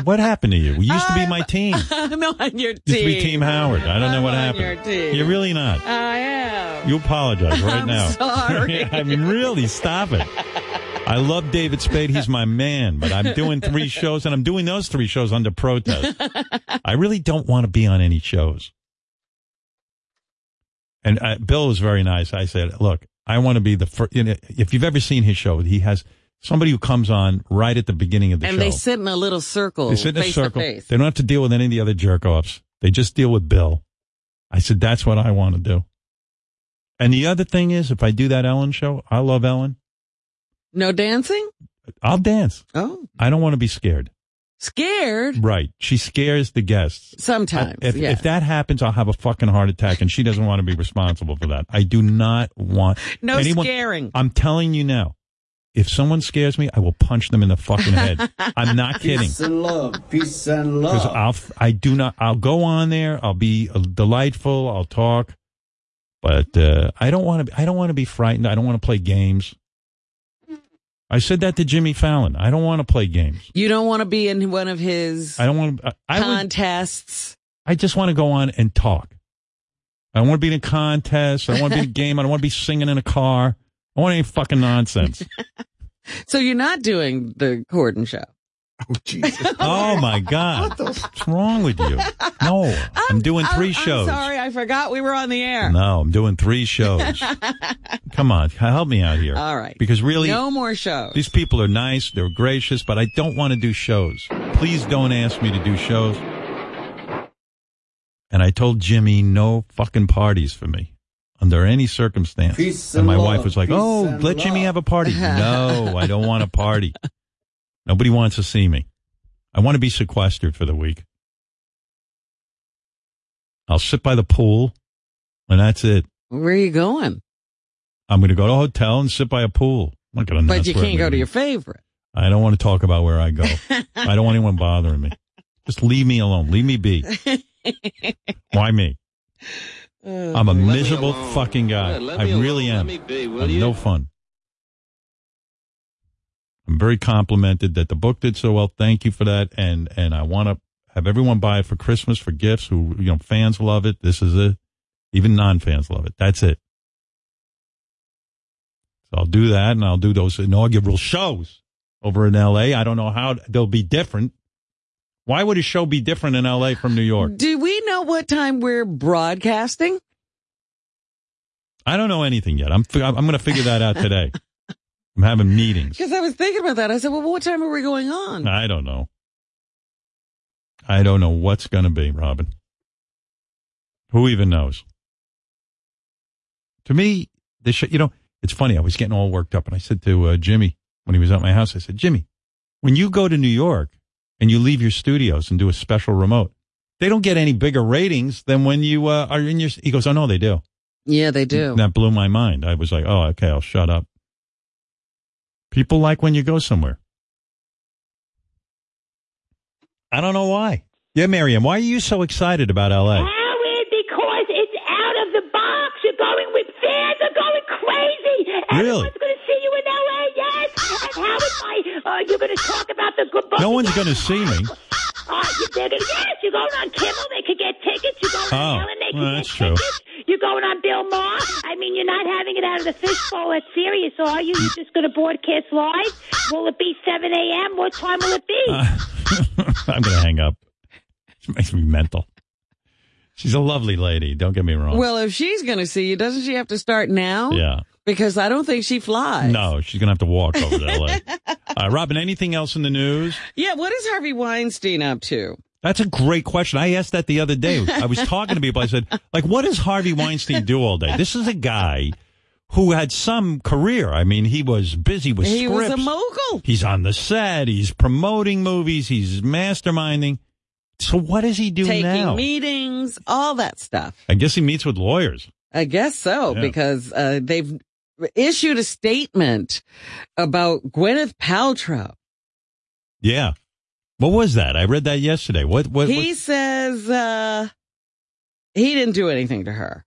A: What happened to you? You used to be my team.
B: I'm on your team.
A: Used to be Team Howard. I don't know what
B: I'm on
A: happened.
B: your team.
A: You're really not.
B: I am.
A: You apologize right
B: I'm
A: now.
B: sorry.
A: I mean, really, stop it. I love David Spade. He's my man, but I'm doing three shows and I'm doing those three shows under protest. I really don't want to be on any shows. And I, Bill was very nice. I said, look, I want to be the first. You know, if you've ever seen his show, he has somebody who comes on right at the beginning of the
B: and
A: show.
B: they sit in a little circle.
A: They sit in a
B: face
A: circle.
B: To face.
A: They don't have to deal with any of the other jerk offs. They just deal with Bill. I said, that's what I want to do. And the other thing is, if I do that Ellen show, I love Ellen.
B: No dancing?
A: I'll dance.
B: Oh,
A: I don't want to be scared.
B: scared.
A: Right. She scares the guests.
B: Sometimes.
A: if,
B: yeah.
A: if that happens, I'll have a fucking heart attack, and she doesn't want to be responsible for that. I do not want
B: no
A: anyone.
B: scaring.
A: I'm telling you now, if someone scares me, I will punch them in the fucking head. I'm not kidding.
I: and love. Peace and
A: because I'll f- I do not I'll go on there. I'll be uh, delightful. I'll talk, but uh, I don't want to. I don't want to be frightened. I don't want to play games. I said that to Jimmy Fallon. I don't want to play games.
B: You don't want to be in one of his
A: I don't want to. I, I, would,
B: contests.
A: I just want to go on and talk. I don't want to be in a contest. I don't want to be in a game. I don't want to be singing in a car. I want any fucking nonsense.
B: So you're not doing the Corden show.
I: Oh, Jesus.
A: oh my god, what's wrong with you? No, I'm, doing 3
B: Oh, I'm-
A: shows.
B: I'm sorry, I forgot we were on the air.
A: No, I'm doing three shows. Come on, help me out here.
B: All right.
A: Because really,
B: no more shows.
A: these people are nice, they're gracious, but I don't want to do shows. Please don't ask me to do shows. And I told Jimmy, no fucking parties for me. under any circumstance.
I: Peace
A: and my
I: and
A: wife
I: love.
A: was like,
I: Peace
A: "Oh,
I: and
A: let Jimmy
I: love."
A: have a party." No, I don't want a party. Nobody wants to see me. I want to be sequestered for the week. I'll sit by the pool, and that's it.
B: Where are you going?
A: I'm going to go to a hotel and sit by a pool. I'm not going to.
B: but you can't go to your favorite.
A: I don't want to talk about where I go. I don't want anyone bothering me. Just leave me alone. Leave me be. Why me? I'm a miserable fucking guy. I really am. I'm no fun. I'm very complimented that the book did so well. Thank you for that. And and I want to have everyone buy it for Christmas for gifts. Who you know, fans love it. This is it. Even non fans love it. That's it. So I'll do that, and I'll do those inaugural shows over in L.A. I don't know how they'll be different. Why would a show be different in L.A. from New York?
B: Do we know what time we're broadcasting?
A: I don't know anything yet. I'm fi- I'm going to figure that out today. I'm having meetings.
B: Because I was thinking about that. I said, well, what time are we going on?
A: I don't know. I don't know what's going to be, Robin. Who even knows? To me, this show, you know, it's funny. I was getting all worked up, and I said to uh, Jimmy when he was at my house, I said, Jimmy, when you go to New York and you leave your studios and do a special remote, they don't get any bigger ratings than when you uh, are in your. He goes, Oh no, they do.
B: Yeah, they do.
A: That blew my mind. I was like, oh, okay, I'll shut up. People like when you go somewhere. I don't know why. Yeah, Miriam, why are you so excited about LA?
J: Howard, because it's out of the box. You're going with fans are going crazy.
A: Really?
J: Everyone's going to see you in L.A. Yes. and Howard, my, uh, you're going to talk about the good book.
A: No one's going to see me.
J: Uh, you- they're gonna, yes, you're going on Kimmel. They could get tickets. You're going
A: Oh,
J: on Ellen. They could
A: well,
J: get
A: that's true.
J: tickets. You're going on Bill Maher. I mean, you're not having it out of the fishbowl at Sirius, are you? You're just going to broadcast live. Will it be 7 a.m.? What time will it be?
A: Uh, I'm going to hang up. She makes me mental. She's a lovely lady. Don't get me wrong.
B: Well, if she's going to see you, doesn't she have to start now?
A: yeah.
B: Because I don't think she flies.
A: No, she's going to have to walk over to LA. uh, Robin, anything else in the news?
B: Yeah, what is Harvey Weinstein up to?
A: That's a great question. I asked that the other day. I was talking to people. I said, like, what does Harvey Weinstein do all day? This is a guy who had some career. I mean, he was busy with
B: he was a
A: scripts.
B: mogul.
A: he's on the set. He's promoting movies. He's masterminding. So what does he do
B: Taking
A: now?
B: meetings, all that stuff.
A: I guess he meets with lawyers.
B: I guess so,
A: Yeah.
B: because uh, they've issued a statement about Gwyneth Paltrow.
A: Yeah. What was that? I read that yesterday. What? What?
B: he says uh, he didn't do anything to her.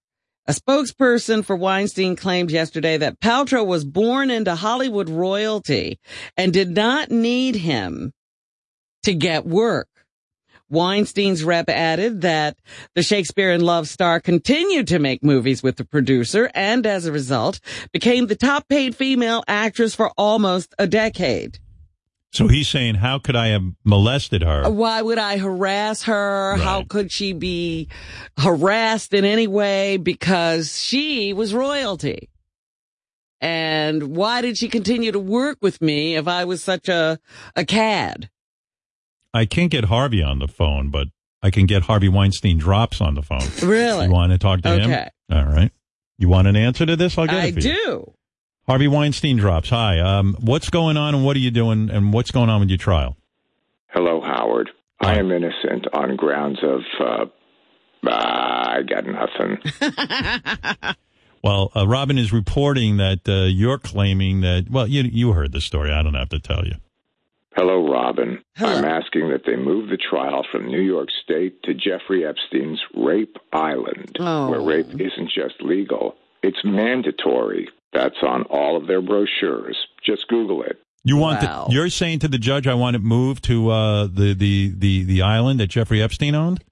B: A spokesperson for Weinstein claimed yesterday that Paltrow was born into Hollywood royalty and did not need him to get work. Weinstein's rep added that the Shakespeare in Love star continued to make movies with the producer and as a result became the top paid female actress for almost a decade.
A: so he's saying, how could I have molested her?
B: Why would I harass her?
A: Right.
B: How could she be harassed in any way? Because she was royalty. And why did she continue to work with me if I was such a, a cad?
A: I can't get Harvey on the phone, but I can get Harvey Weinstein drops on the phone.
B: Really?
A: You want to talk to him?
B: Okay.
A: All right. You want an answer to this? I'll get
B: I
A: it for you.
B: do.
A: Harvey Weinstein drops. Hi. Um, what's going on and what are you doing and what's going on with your trial?
K: Hello, Howard. I am innocent on grounds of uh, uh, I got nothing.
A: Well, uh, Robin is reporting that uh, you're claiming that. Well, you you heard the story. I don't have to tell you.
K: Hello, Robin. I'm asking that they move the trial from New York State to Jeffrey Epstein's Rape Island,
B: Oh.
K: where rape isn't just legal, it's mandatory. That's on all of their brochures. Just Google it.
A: You want
B: Wow.
A: the, you're saying to the judge, I want it moved to uh, the, the the the island that Jeffrey Epstein owned.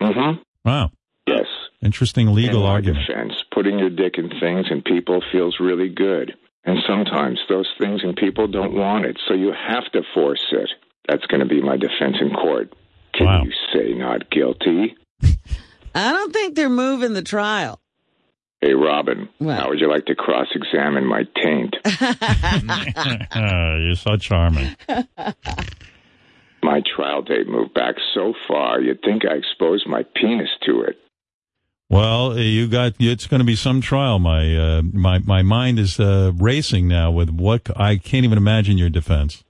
K: Mm-hmm.
A: Wow,
K: Yes.
A: interesting legal
K: In my
A: argument.
K: Defense, putting your dick in things and people feels really good. And sometimes those things and people don't want it, so you have to force it. That's going to be my defense in court. Can
A: Wow.
K: you say not guilty?
B: I don't think they're moving the trial.
K: Hey, Robin,
B: What?
K: how would you like to cross examine my taint?
A: Ah, you're so charming.
K: my trial date moved back so far, you'd think I exposed my penis to it.
A: Well, uh, you got it's going to be some trial. My uh, my my mind is uh, racing now with what c- I can't even imagine your defense.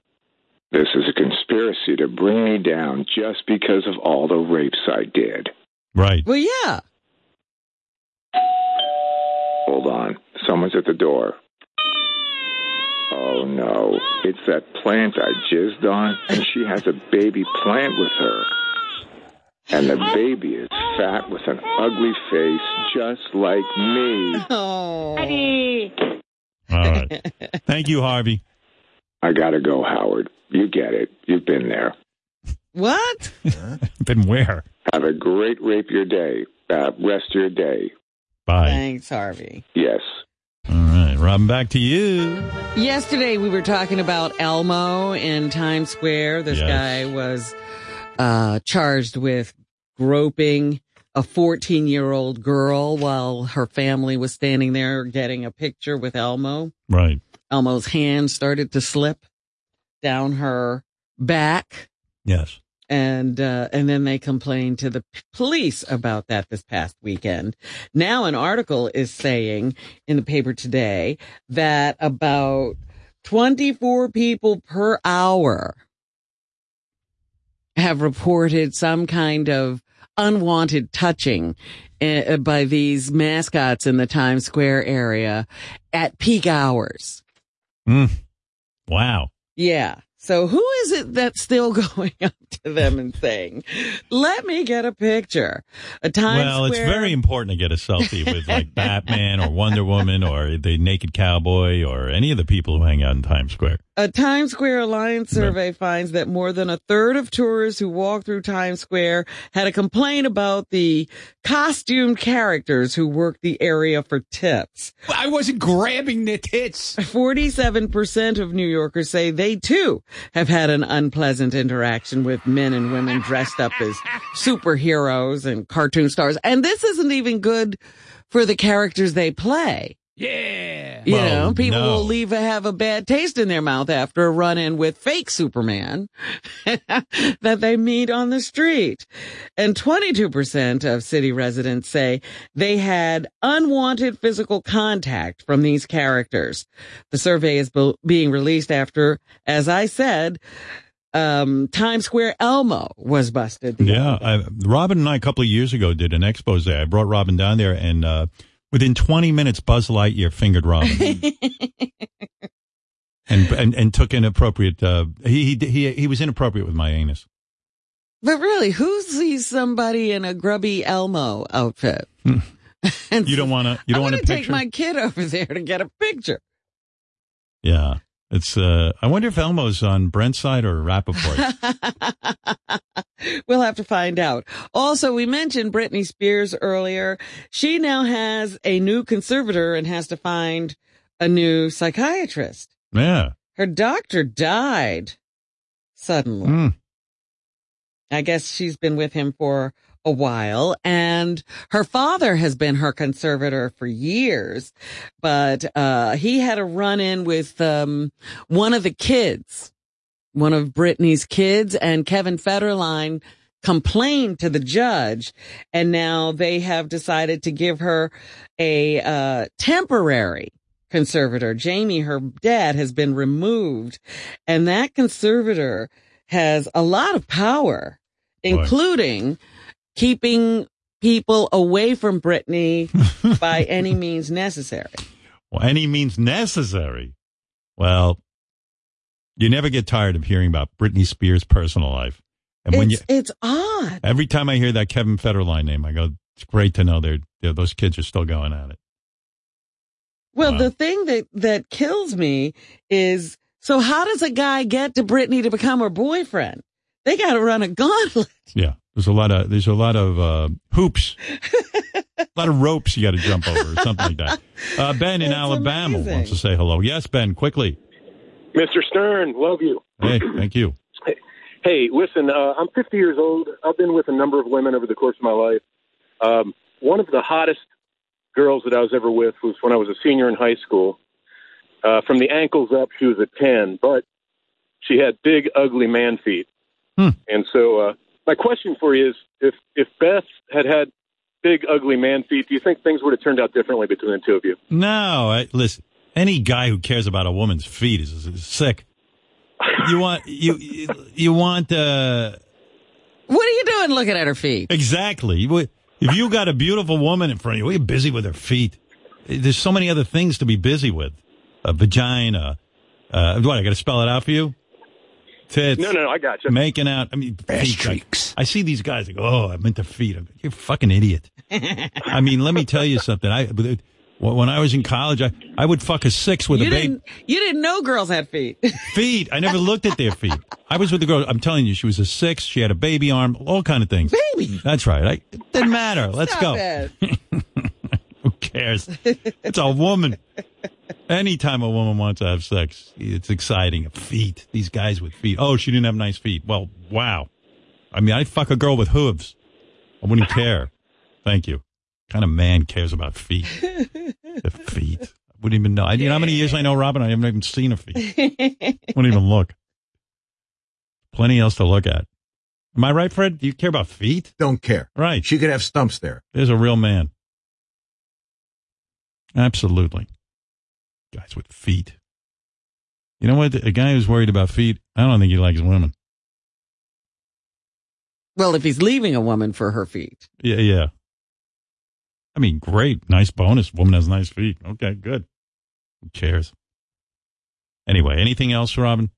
K: This is a conspiracy to bring me down just because of all the rapes I did.
A: Right.
B: Well, yeah.
K: Hold on. Someone's at the door. Oh no. It's that plant I jizzed on, and she has a baby plant with her. And the baby is fat with an ugly face, just like me.
B: Oh.
A: All right. Thank you, Harvey.
K: I gotta go, Howard. You get it. You've been there.
B: What?
A: Been where?
K: Have a great rape your day. Uh, rest your day.
A: Bye.
B: Thanks, Harvey.
K: Yes.
A: All right, Robin. Back to you.
B: Yesterday we were talking about Elmo in Times Square. This
A: Yes.
B: guy was uh, charged with groping a 14 year old girl while her family was standing there getting a picture with Elmo.
A: Right.
B: Elmo's hand started to slip down her back.
A: Yes.
B: And uh, and then they complained to the p- police about that this past weekend. Now an article is saying in the paper today that about 24 people per hour have reported some kind of unwanted touching uh, by these mascots in the Times Square area at peak hours.
A: Mm. Wow.
B: Yeah. So who is it that's still going up to them and saying, "Let me get a picture"? A Times
A: well,
B: Square.
A: it's very important to get a selfie with like Batman or Wonder Woman or the Naked Cowboy or any of the people who hang out in Times Square.
B: A Times Square Alliance survey finds that more than a third of tourists who walk through Times Square had a complaint about the costumed characters who work the area for tips.
L: I wasn't grabbing the tits.
B: 47% of New Yorkers say they too have had an unpleasant interaction with men and women dressed up as superheroes and cartoon stars. And this isn't even good for the characters they play.
L: Yeah.
B: You
L: Well,
B: know, people
L: no.
B: will leave a, have a bad taste in their mouth after a run in with fake Superman that they meet on the street. And 22% of city residents say they had unwanted physical contact from these characters. The survey is be- being released after, as I said, um, Times Square Elmo was busted. the
A: Yeah, I, Robin and I a couple of years ago did an expose. I brought Robin down there, and uh, within 20 minutes, Buzz Lightyear fingered Robin, and, and and took inappropriate. Uh, he, he he he was inappropriate with my anus.
B: But really, who sees somebody in a grubby Elmo outfit?
A: Hmm. You don't want to. You
B: I
A: don't want
B: want
A: to
B: to take
A: picture.
B: my kid over there to get a picture.
A: yeah, it's. Uh, I wonder if Elmo's on Brent's side or Rappaport.
B: We'll have to find out. Also, we mentioned Britney Spears earlier. She now has a new conservator and has to find a new psychiatrist.
A: yeah.
B: Her doctor died suddenly. I guess she's been with him for a while and her father has been her conservator for years, but, uh, he had a run in with, um, one of the kids, one of Brittany's kids and Kevin Federline complained to the judge and now they have decided to give her a, uh, temporary conservator. Jamie, her dad has been removed and that conservator has a lot of power, including keeping people away from Brittany by any means necessary.
A: Well, any means necessary. Well, you never get tired of hearing about Britney Spears' personal life, and when you
B: it's, it's odd.
A: Every time I hear that Kevin Federline name, I go, "It's great to know they're, they're those kids are still going at it."
B: Well, the thing that, that kills me is so how does a guy get to Brittany to become her boyfriend? They got to run a gauntlet.
A: Yeah, there's a lot of there's a lot of uh, hoops, a lot of ropes you got to jump over, or something like that. Uh, ben in Alabama wants to say hello. Yes, Ben, quickly.
M: Mr. Stern, love you.
A: Hey, thank you.
M: Hey, listen, uh, I'm 50 years old. I've been with a number of women over the course of my life. Um, one of the hottest girls that I was ever with was when I was a senior in high school. Uh, from the ankles up, she was a 10, but she had big, ugly man feet. And so, uh, my question for you is if, if Beth had had big, ugly man feet, do you think things would have turned out differently between the two of you?
A: No, I, listen. Any guy who cares about a woman's feet is, is sick. You want you you- you want uh
B: What are you doing looking at her feet?
A: Exactly. You would- If you got a beautiful woman in front of you, we're busy with her feet. There's so many other things to be busy with. A vagina. Uh, what, I got to spell it out for you? Tits.
M: No, no, no, I got you.
A: Making out. I mean, feet, cheeks. I, see these guys, like, oh, I meant the feet. I'm like, You're a fucking idiot. I mean, let me tell you something. I When I was in college, I, I would fuck a six with
B: you
A: a baby
B: didn't you didn't know girls had feet.
A: feet. I never looked at their feet. I was with the girl. I'm telling you, she was a six. She had a baby arm, all kind of things. Baby. That's right. I, it didn't matter. Let's
B: Stop
A: go.
B: it.
A: Who cares? It's a woman. Anytime a woman wants to have sex, it's exciting. Feet. These guys with feet. Oh, she didn't have nice feet. Well, wow. I mean, I'd fuck a girl with hooves. I wouldn't care. Thank you. kind of man cares about feet? the feet. I wouldn't even know. I, you know how many years I know Robin? I haven't even seen a feet. Wouldn't even look. Plenty else to look at. Am I right, Fred? Do you care about feet? Don't care. Right. She could have stumps there. There's a real man. Absolutely. Guys with feet. You know what? A guy who's worried about feet, I don't think he likes women.
B: well, if he's leaving a woman for her feet.
A: Yeah, yeah. I mean, great. Nice bonus. Woman has nice feet. Okay, good. Who cares? Anyway, anything else, Robin?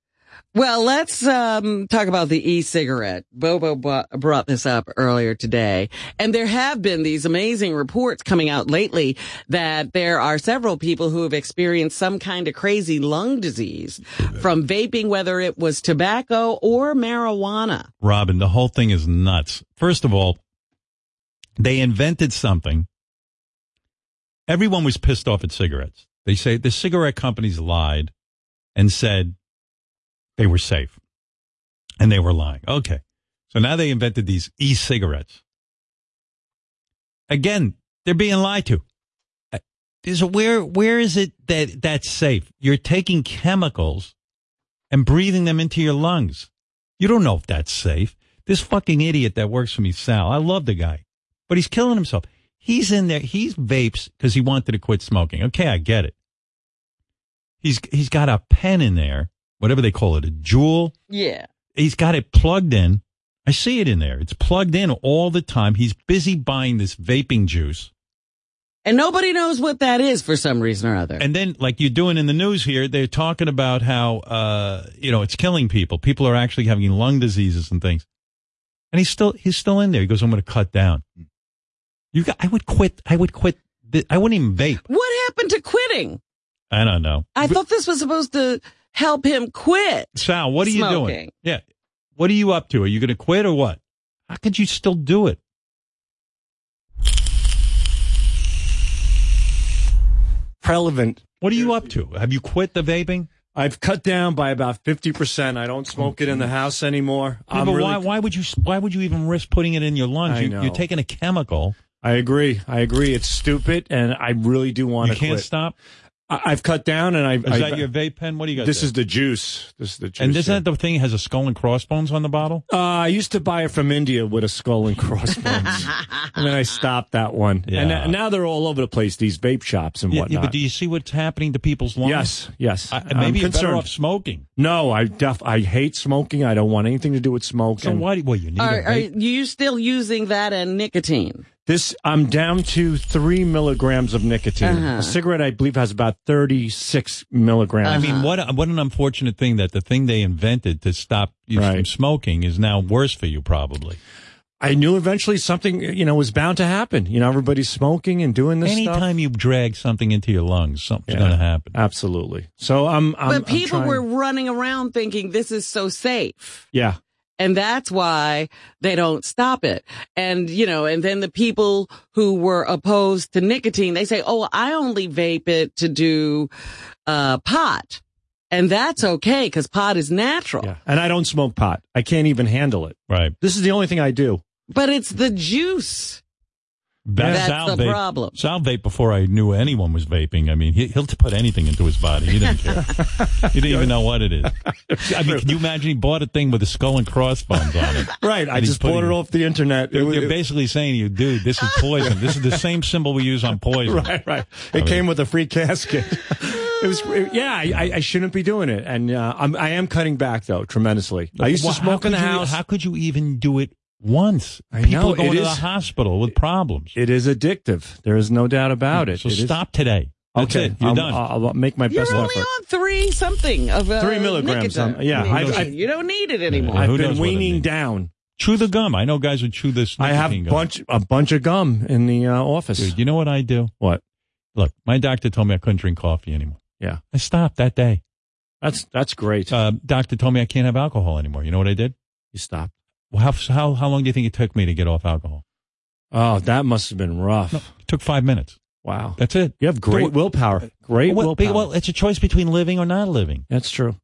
B: Well, let's um, talk about the e-cigarette. Bobo bu- brought this up earlier today, and there have been these amazing reports coming out lately that there are several people who have experienced some kind of crazy lung disease from vaping, whether it was tobacco or marijuana.
A: Robin, the whole thing is nuts. First of all, they invented something. Everyone was pissed off at cigarettes. They say the cigarette companies lied and said they were safe and they were lying. Okay. So now they invented these e cigarettes. Again, they're being lied to. Uh, Is where where is it that that's safe? You're taking chemicals and breathing them into your lungs. You don't know if that's safe. This fucking idiot that works for me, Sal, I love the guy, but he's killing himself. He's in there. He's vapes because he wanted to quit smoking. Okay, I get it. He's he's got a pen in there, whatever they call it, a jewel.
B: Yeah.
A: He's got it plugged in. I see it in there. It's plugged in all the time. He's busy buying this vaping juice.
B: And nobody knows what that is for some reason or other.
A: And then, like you're doing in the news here, they're talking about how, uh, you know, it's killing people. People are actually having lung diseases and things. And he's still, he's still in there. He goes, I'm going to cut down. You got, I would quit. I would quit. thi- I wouldn't even vape.
B: What happened to quitting?
A: I don't know.
B: I thought this was supposed to help him quit.
A: Sal, what are you
B: Smoking.
A: doing? Yeah. What are you up to? Are you going to quit or what? How could you still do it?
N: relevant.
A: What are you up to? Have you quit the vaping?
N: I've cut down by about fifty percent. I don't smoke it in the house anymore.
A: Yeah,
N: I'm
A: but
N: really-
A: why, why would you, why would you even risk putting it in your lungs?
N: I
A: you,
N: know.
A: You're taking a chemical.
N: I agree. I agree. It's stupid, and I really do want
A: You
N: to.
A: can't
N: quit.
A: stop?
N: I, I've cut down, and I.
A: Is that your vape pen? What do you got?
N: This
A: there?
N: is the juice. This is the juice.
A: And isn't
N: here.
A: that the thing has a skull and crossbones on the bottle?
N: Uh, I used to buy it from India with a skull and crossbones, and then I stopped that one.
A: Yeah.
N: And now- now they're all over the place. These vape shops and
A: Yeah,
N: whatnot.
A: yeah, but do you see what's happening to people's lungs?
N: Yes, yes.
A: I,
N: I'm
A: maybe you're
N: concerned.
A: better off smoking.
N: no, I def- I hate smoking. I don't want anything to do with smoking.
A: So why? do- Well, you need.
B: Are, are you still using that and nicotine?
N: This I'm down to three milligrams of nicotine.
B: Uh-huh.
N: A cigarette, I believe, has about thirty-six milligrams.
A: I
B: Uh-huh.
A: mean, what a- what an unfortunate thing that the thing they invented to stop you from smoking is now worse for you, probably.
N: I knew eventually something, you know, was bound to happen. You know, everybody's smoking and doing this stuff.
A: Anytime you drag something into your lungs, something's
N: Yeah.
A: going to happen.
N: Absolutely. So I'm. I'm I'm
B: but people
N: trying-
B: were running around thinking this is so safe.
N: Yeah.
B: And that's why they don't stop it. And, you know, and then the people who were opposed to nicotine, they say, oh, I only vape it to do uh, pot. And that's okay because pot is natural.
N: And I don't smoke pot. I can't even handle it.
A: Right.
N: This is the only thing I do.
B: But it's the juice.
A: Beth
B: That's
A: Sal
B: the
A: vape-
B: problem.
A: Sal vaped before I knew anyone was vaping. I mean, he, he'll put anything into his body. He didn't care. he didn't even know what it is. I mean, can you imagine he bought a thing with a skull and crossbones on it?
N: Right, I
A: And he's
N: just bought
A: putting-
N: it off the internet. It
A: They're,
N: was-
A: they're
N: it-
A: basically saying to you, dude, this is poison. this is the same symbol we use on poison.
N: Right, right. It
A: mean-
N: came with a free casket. It was, yeah. I, I- I shouldn't be doing it, and uh, I'm, I am cutting back though tremendously. I used
A: Well,
N: to
A: how
N: smoke in the
A: could you-
N: house.
A: how could you even do it once?
N: I
A: People
N: know,
A: are going
N: it
A: to
N: is-
A: the hospital with problems.
N: It is addictive. There is no doubt about it.
A: So
N: It is-
A: stop today. That's
N: okay, um, uh,
A: it. You're
N: I'll,
A: done.
N: I'll, I'll make my
B: You're
N: best
B: only
N: effort.
B: on three something of uh,
N: Three milligrams,
B: nicotine.
N: um, yeah, I've- I've-
B: you don't need it anymore.
N: I've
A: Who knows
N: been
A: what it
N: weaning
A: means?
N: down.
A: Chew the gum. I know guys who chew this.
N: I have
A: nicotine gum.
N: bunch a bunch of gum in the uh, office.
A: Dude, you know what I do?
N: What?
A: Look, my doctor told me I couldn't drink coffee anymore.
N: Yeah,
A: I stopped that day.
N: that's that's great.
A: Uh, doctor told me I can't have alcohol anymore. You know what I did?
N: you stopped.
A: Well, how, how how long do you think it took me to get off alcohol?
N: Oh, that must have been rough.
A: It took five minutes.
N: Wow,
A: That's it.
N: you have great
A: Dude,
N: willpower. Great
A: well,
N: willpower.
A: well, it's a choice between living or not living.
N: That's true.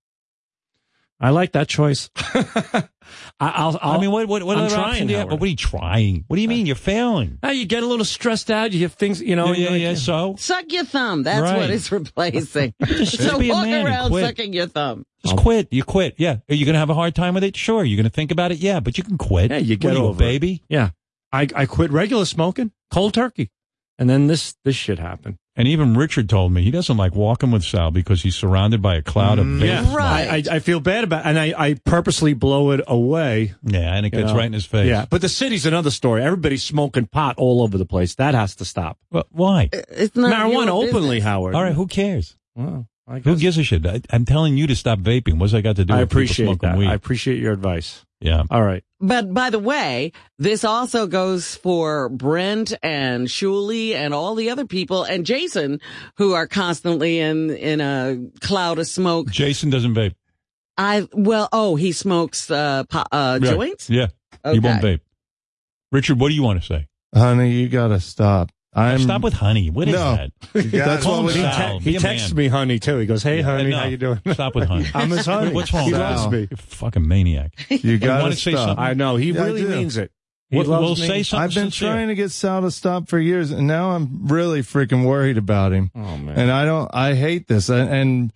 N: I like that choice. I, I'll, I'll,
A: i mean, what what what
N: I'm
A: other
N: trying,
A: option do you have?
N: Howard.
A: What are you trying? What do you mean? You're failing?
N: Ah, you get a little stressed out. You have things, you know.
A: yeah, yeah,
N: you're like,
A: yeah. So
B: Suck your thumb. That's
A: Right.
B: what it's replacing.
A: Just-
B: so
A: just be a
B: walk
A: man and
B: around
A: quit.
B: sucking your thumb.
A: Just quit. You quit. Yeah. Are you going to have a hard time with it? Sure. You're going to think about it. Yeah, but you can quit.
N: Yeah, you
A: What
N: get
A: are a
N: over it.
A: baby.
N: Yeah, I I quit regular smoking, cold turkey, and then this this shit happened.
A: And even Richard told me he doesn't like walking with Sal because he's surrounded by a cloud of vape
N: Mm, yeah,
A: smoke.
B: Right.
N: I, I, I feel bad about, and I I purposely blow it away.
A: Yeah, and it
N: you
A: gets
N: know.
A: right in his face.
N: Yeah, but the city's another story. Everybody's smoking pot all over the place. That has to stop.
A: But why?
N: Uh,
B: It's not
N: Marijuana
B: your business.
N: openly, Howard.
A: All right. Who cares?
N: Well, I
A: Who
N: guess-
A: gives a shit? I, I'm telling you to stop vaping. What's I got to do?
N: I
A: with people
N: appreciate
A: smoking
N: that.
A: Weed?
N: I appreciate your advice.
A: yeah.
N: All right.
B: But by the way, this also goes for Brent and Shuli and all the other people and Jason who are constantly in in a cloud of smoke.
A: Jason doesn't vape.
B: I well, oh, he smokes uh, po- uh
A: Yeah.
B: joints.
A: Yeah.
B: Okay.
A: He won't vape. Richard, what do you want to say?
O: Honey, you gotta stop. I'm
A: Stop with honey. What is
O: No.
A: that?
O: You gotta
A: That's what
O: calm
A: we-
O: down.
A: Sal,
N: He
A: be a
N: texts
A: man.
N: me, honey, too. He goes, "Hey, honey,
A: No.
N: how you doing?"
A: Stop with honey.
N: I'm his honey.
A: What's wrong?
N: He
A: with
N: loves
A: that?
N: me.
A: You're a fucking maniac.
O: You
A: wanna
O: gotta
A: say
O: stop.
A: something?
N: I know. He
O: Yeah, I
N: really
O: do.
N: means it. He
A: We'll, we'll
N: loves me.
A: say something.
O: I've been
A: sincere.
O: trying to get Sal to stop for years, and now I'm really freaking worried about him.
N: Oh man.
O: And I don't. I hate this. And, and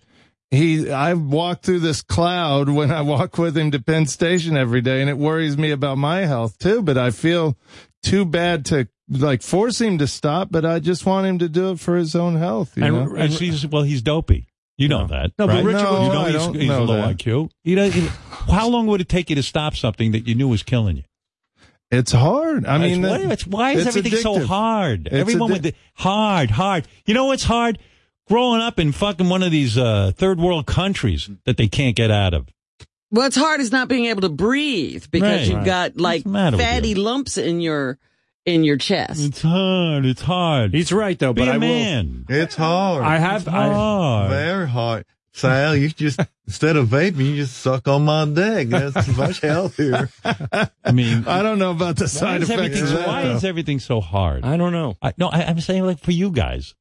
O: he, I walk through this cloud when I walk with him to Penn Station every day, and it worries me about my health too. But I feel too bad to like force him to stop. But I just want him to do it for his own health. You
N: And-
O: know?
A: And she's well, he's dopey. You know that.
N: No, but
A: right?
N: Richard-
O: No,
A: you know
O: I
A: he's,
O: don't
A: he's
O: know
A: low
O: that.
A: IQ. He does, he- how long would it take you to stop something that you knew was killing you?
O: It's hard. I mean,
A: It's-
O: that-
A: why, it's- why is
O: it's
A: everything so
O: addictive.
A: hard?
O: It's
A: Everyone with
O: addic-
A: the hard, hard. You know what's hard? Growing up in fucking one of these uh, third world countries that they can't get out of.
B: What's hard is not being able to breathe because
A: Right.
B: you've
A: Right.
B: got like
A: the matter with
B: fatty
A: you?
B: lumps in your in your chest.
A: It's hard. It's hard.
N: He's right though,
A: Be
N: but
A: a
N: I
A: man.
O: It's hard.
N: will. I have. I,
A: hard.
O: Very hard. Sal, you just, instead of vaping, you just suck on my dick. That's much healthier.
A: I mean,
O: I don't know about the
A: why
O: side
A: is,
O: effects
A: everything,
O: of that.
A: why is everything so hard?
N: I don't know.
A: I, no, I, I'm saying like for you guys.